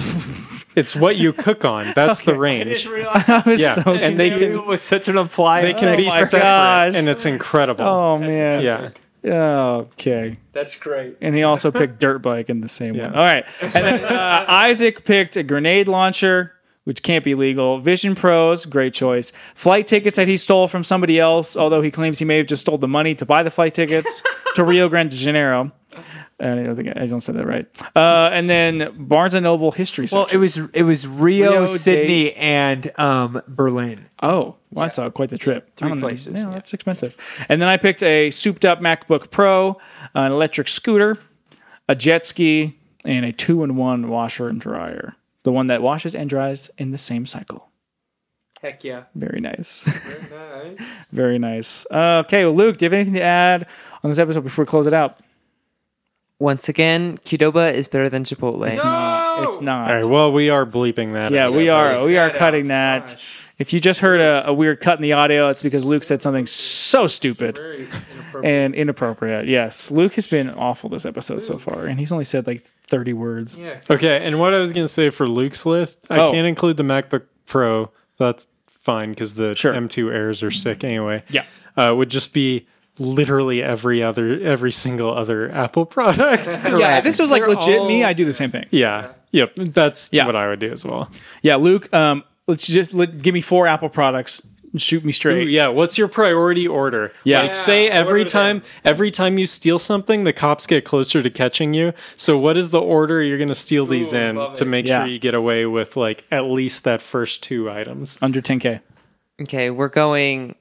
Speaker 1: it's what you cook on. That's the range.
Speaker 2: I was
Speaker 1: Yeah,
Speaker 2: so
Speaker 1: and they
Speaker 2: confused.
Speaker 1: can-
Speaker 3: it was such an implied.
Speaker 1: They can
Speaker 2: Oh
Speaker 1: be
Speaker 2: my
Speaker 1: separate,
Speaker 2: gosh.
Speaker 1: and it's incredible.
Speaker 2: Oh man.
Speaker 1: yeah.
Speaker 2: Okay.
Speaker 3: That's great.
Speaker 2: And he also picked dirt bike in the same
Speaker 1: Yeah.
Speaker 2: one. All right. And then, uh, Isaac picked a grenade launcher, which can't be legal. Vision Pros, great choice. Flight tickets that he stole from somebody else, although he claims he may have just stole the money to buy the flight tickets to Rio Grande de Janeiro. Uh, I don't think I don't say that right. Uh, and then Barnes and Noble history
Speaker 3: Well,
Speaker 2: section.
Speaker 3: it was it was Rio,
Speaker 2: Rio,
Speaker 3: Sydney, and um, Berlin.
Speaker 2: Oh, well, that's uh, quite the trip. Three
Speaker 4: places,
Speaker 2: Yeah, that's expensive. And then I picked a souped up MacBook Pro, an electric scooter, a jet ski, and a two in one washer and dryer. The one that washes and dries in the same cycle.
Speaker 3: Heck yeah!
Speaker 2: Very nice. Very nice. Uh, okay, well, Luke, do you have anything to add on this episode before we close it out?
Speaker 4: Once again, Qdoba is better than Chipotle.
Speaker 2: It's not.
Speaker 1: All right. Well, we are bleeping that.
Speaker 2: yeah,
Speaker 1: out.
Speaker 2: we are. We are
Speaker 3: Set up.
Speaker 2: cutting that. If you just heard a, a weird cut in the audio, it's because Luke said something so stupid. and inappropriate. Yes, Luke has been awful this episode so far, and he's only said like thirty words.
Speaker 1: Okay, and what I was gonna say for Luke's list, I
Speaker 2: Oh.
Speaker 1: can't include the MacBook Pro. That's fine because the
Speaker 2: Sure.
Speaker 1: M2 Airs are sick anyway.
Speaker 2: Yeah.
Speaker 1: uh, would just be literally every other, every single other Apple product.
Speaker 2: Yeah, if this was like
Speaker 1: They're
Speaker 2: legit me,
Speaker 1: all-
Speaker 2: I do the same thing.
Speaker 1: yeah, yep. That's
Speaker 2: Yeah.
Speaker 1: what I would do as well.
Speaker 2: Yeah, Luke, um, let's just let, give me four Apple products, and shoot me
Speaker 1: Ooh,
Speaker 2: straight.
Speaker 1: yeah, what's your priority order?
Speaker 2: Yeah.
Speaker 1: like say
Speaker 3: Yeah,
Speaker 1: every
Speaker 3: order them.
Speaker 1: time, every time you steal something, the cops get closer to catching you. So what is the order you're gonna steal these
Speaker 3: Ooh,
Speaker 1: in
Speaker 3: love
Speaker 1: to
Speaker 3: it.
Speaker 1: make
Speaker 2: Yeah.
Speaker 1: sure you get away with like at least that first two items?
Speaker 2: Under ten k.
Speaker 4: Okay, we're going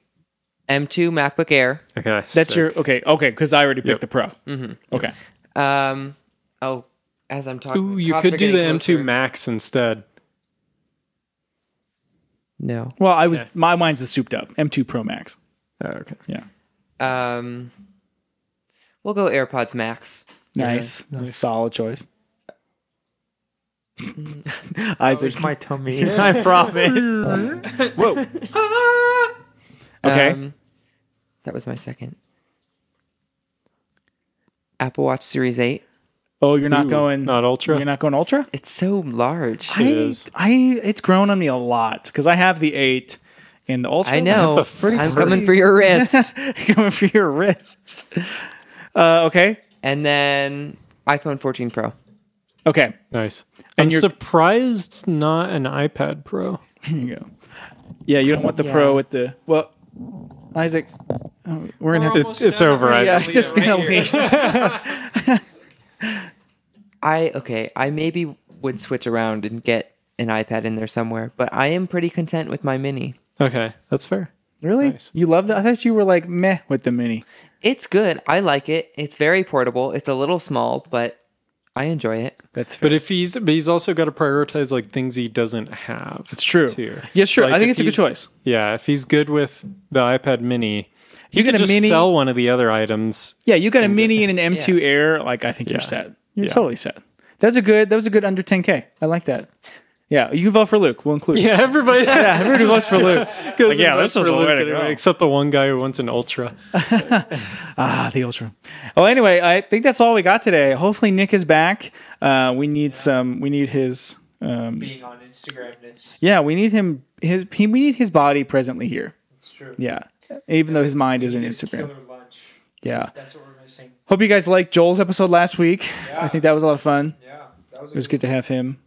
Speaker 4: M2 MacBook Air.
Speaker 1: Okay,
Speaker 2: That's your okay, okay, because I already picked
Speaker 1: Yep. Mm-hmm.
Speaker 2: the Pro. Okay,
Speaker 4: Um, oh, as I'm talking,
Speaker 1: Ooh, you
Speaker 4: cops are
Speaker 1: could do the
Speaker 4: getting closer.
Speaker 1: M2 Max instead.
Speaker 2: Mm-hmm.
Speaker 4: No.
Speaker 2: well, I was my mine's the souped up M2 Pro Max.
Speaker 1: Oh, okay.
Speaker 2: Yeah,
Speaker 4: Um, we'll go AirPods Max.
Speaker 2: nice, solid choice. Isaac,
Speaker 3: my tummy. I promise.
Speaker 2: whoa. okay,
Speaker 4: Um, that was my second. Apple Watch Series 8.
Speaker 2: Oh, you're not
Speaker 1: Ooh,
Speaker 2: going
Speaker 1: not Ultra?
Speaker 2: You're not going ultra.
Speaker 4: It's so large.
Speaker 2: I,
Speaker 1: is.
Speaker 2: I it's grown on me a lot because I have the eight and the ultra.
Speaker 4: I know.
Speaker 1: That's a pretty
Speaker 4: I'm coming for your wrist.
Speaker 2: coming for your wrist. Uh, okay,
Speaker 4: and then iPhone 14 Pro.
Speaker 2: okay.
Speaker 1: Nice. I'm
Speaker 2: And you're-
Speaker 1: surprised not an iPad Pro.
Speaker 2: Here you go. Yeah, you don't want the pro with the well, Isaac. oh, We're in.
Speaker 1: It- it's over. I,
Speaker 2: Yeah, I'm just gonna leave.
Speaker 4: I okay, I maybe would switch around and get an iPad in there somewhere, but I am pretty content with my mini.
Speaker 1: Okay, that's fair.
Speaker 2: Really?
Speaker 1: Nice.
Speaker 2: You love that? I thought you were like meh with the mini.
Speaker 4: It's good. I like it. It's very portable. It's a little small, but I enjoy it.
Speaker 3: That's fair.
Speaker 1: But if he's but he's also got to prioritize like things he doesn't have.
Speaker 2: It's true.
Speaker 1: Too.
Speaker 2: Yes, sure.
Speaker 1: Like,
Speaker 2: I think
Speaker 1: if
Speaker 2: it's a good
Speaker 1: he's-
Speaker 2: choice.
Speaker 1: Yeah, if he's good with the iPad Mini, he
Speaker 2: You
Speaker 1: can
Speaker 2: get a
Speaker 1: just
Speaker 2: Mini-
Speaker 1: sell one of the other items.
Speaker 2: Yeah, you got a mini and an M2 Air. Like I think you're set. You're totally set. That's a good. That was a good under 10k. I like that. Yeah, you can vote for Luke. We'll include.
Speaker 1: Yeah, everybody. yeah,
Speaker 2: everybody votes for Luke. Like, yeah, this is the way to go.
Speaker 1: Except the one guy who wants an Ultra.
Speaker 2: Ah, the Ultra. Well, anyway, I think that's all we got today. Hopefully, Nick is back. Uh, we need some. We need his. Um,
Speaker 3: being on Instagram this.
Speaker 2: yeah, we need him. His. He, we need his body presently here.
Speaker 3: It's true.
Speaker 2: Yeah, even though his mind is in Instagram.
Speaker 3: lunch.
Speaker 2: Yeah.
Speaker 3: That's what we're missing.
Speaker 2: Hope you guys liked Joel's episode last week. I think that was a lot of fun.
Speaker 3: Yeah. That
Speaker 2: It was good to have him.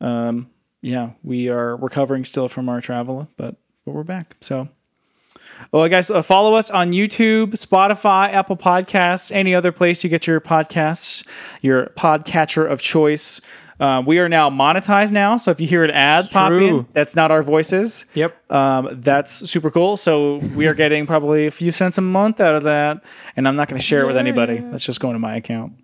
Speaker 2: Um, yeah, we are recovering still from our travel, but but we're back. So, well, guys, uh, follow us on YouTube, Spotify, Apple Podcasts, any other place you get your podcasts, your podcatcher of choice. Uh, we are now monetized now, so if you hear an ad pop in,
Speaker 1: True.
Speaker 2: that's not our voices.
Speaker 3: Yep.
Speaker 2: Um, that's super cool. So we are getting probably a few cents a month out of that, and I'm not going to share it with anybody. That's just going to my account.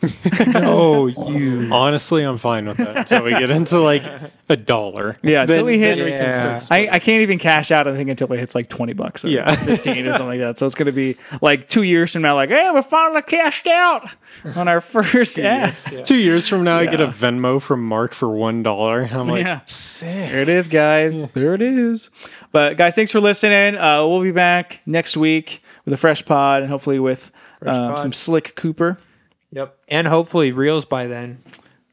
Speaker 3: Oh, you.
Speaker 1: Honestly, I'm fine with that until we get into like a dollar.
Speaker 2: Yeah, until we hit.
Speaker 1: then we can
Speaker 3: Yeah.
Speaker 1: start
Speaker 2: I, I can't even cash out. I think until it hits like twenty bucks, or
Speaker 1: Yeah.
Speaker 2: fifteen or something like that. So it's gonna be like two years from now. Like, hey, we finally cashed out on our first ad.
Speaker 1: Two years from now, I get a
Speaker 2: Yeah.
Speaker 1: Venmo from Mark for one dollar. I'm like,
Speaker 2: Yeah.
Speaker 1: sick.
Speaker 2: There it is, guys. There it is. But guys, thanks for listening. Uh, we'll be back next week with a fresh pod and hopefully with um,
Speaker 3: pod.
Speaker 2: some slick Cooper.
Speaker 3: Yep. And hopefully reels by then.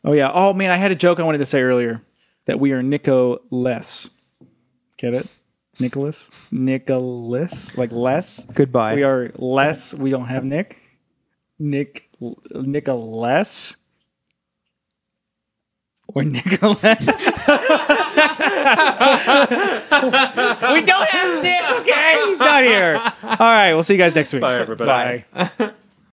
Speaker 2: Oh yeah. Oh man, I had a joke I wanted to say earlier that we are Nico less. Get it? Nicholas? Nicholas? Like less?
Speaker 3: Goodbye.
Speaker 2: We are less. We don't have Nick. Nick Nicholas. Or Nicholas. we don't have Nick, okay? He's not here. All right, we'll see you guys next week.
Speaker 1: Bye, everybody.
Speaker 2: Bye.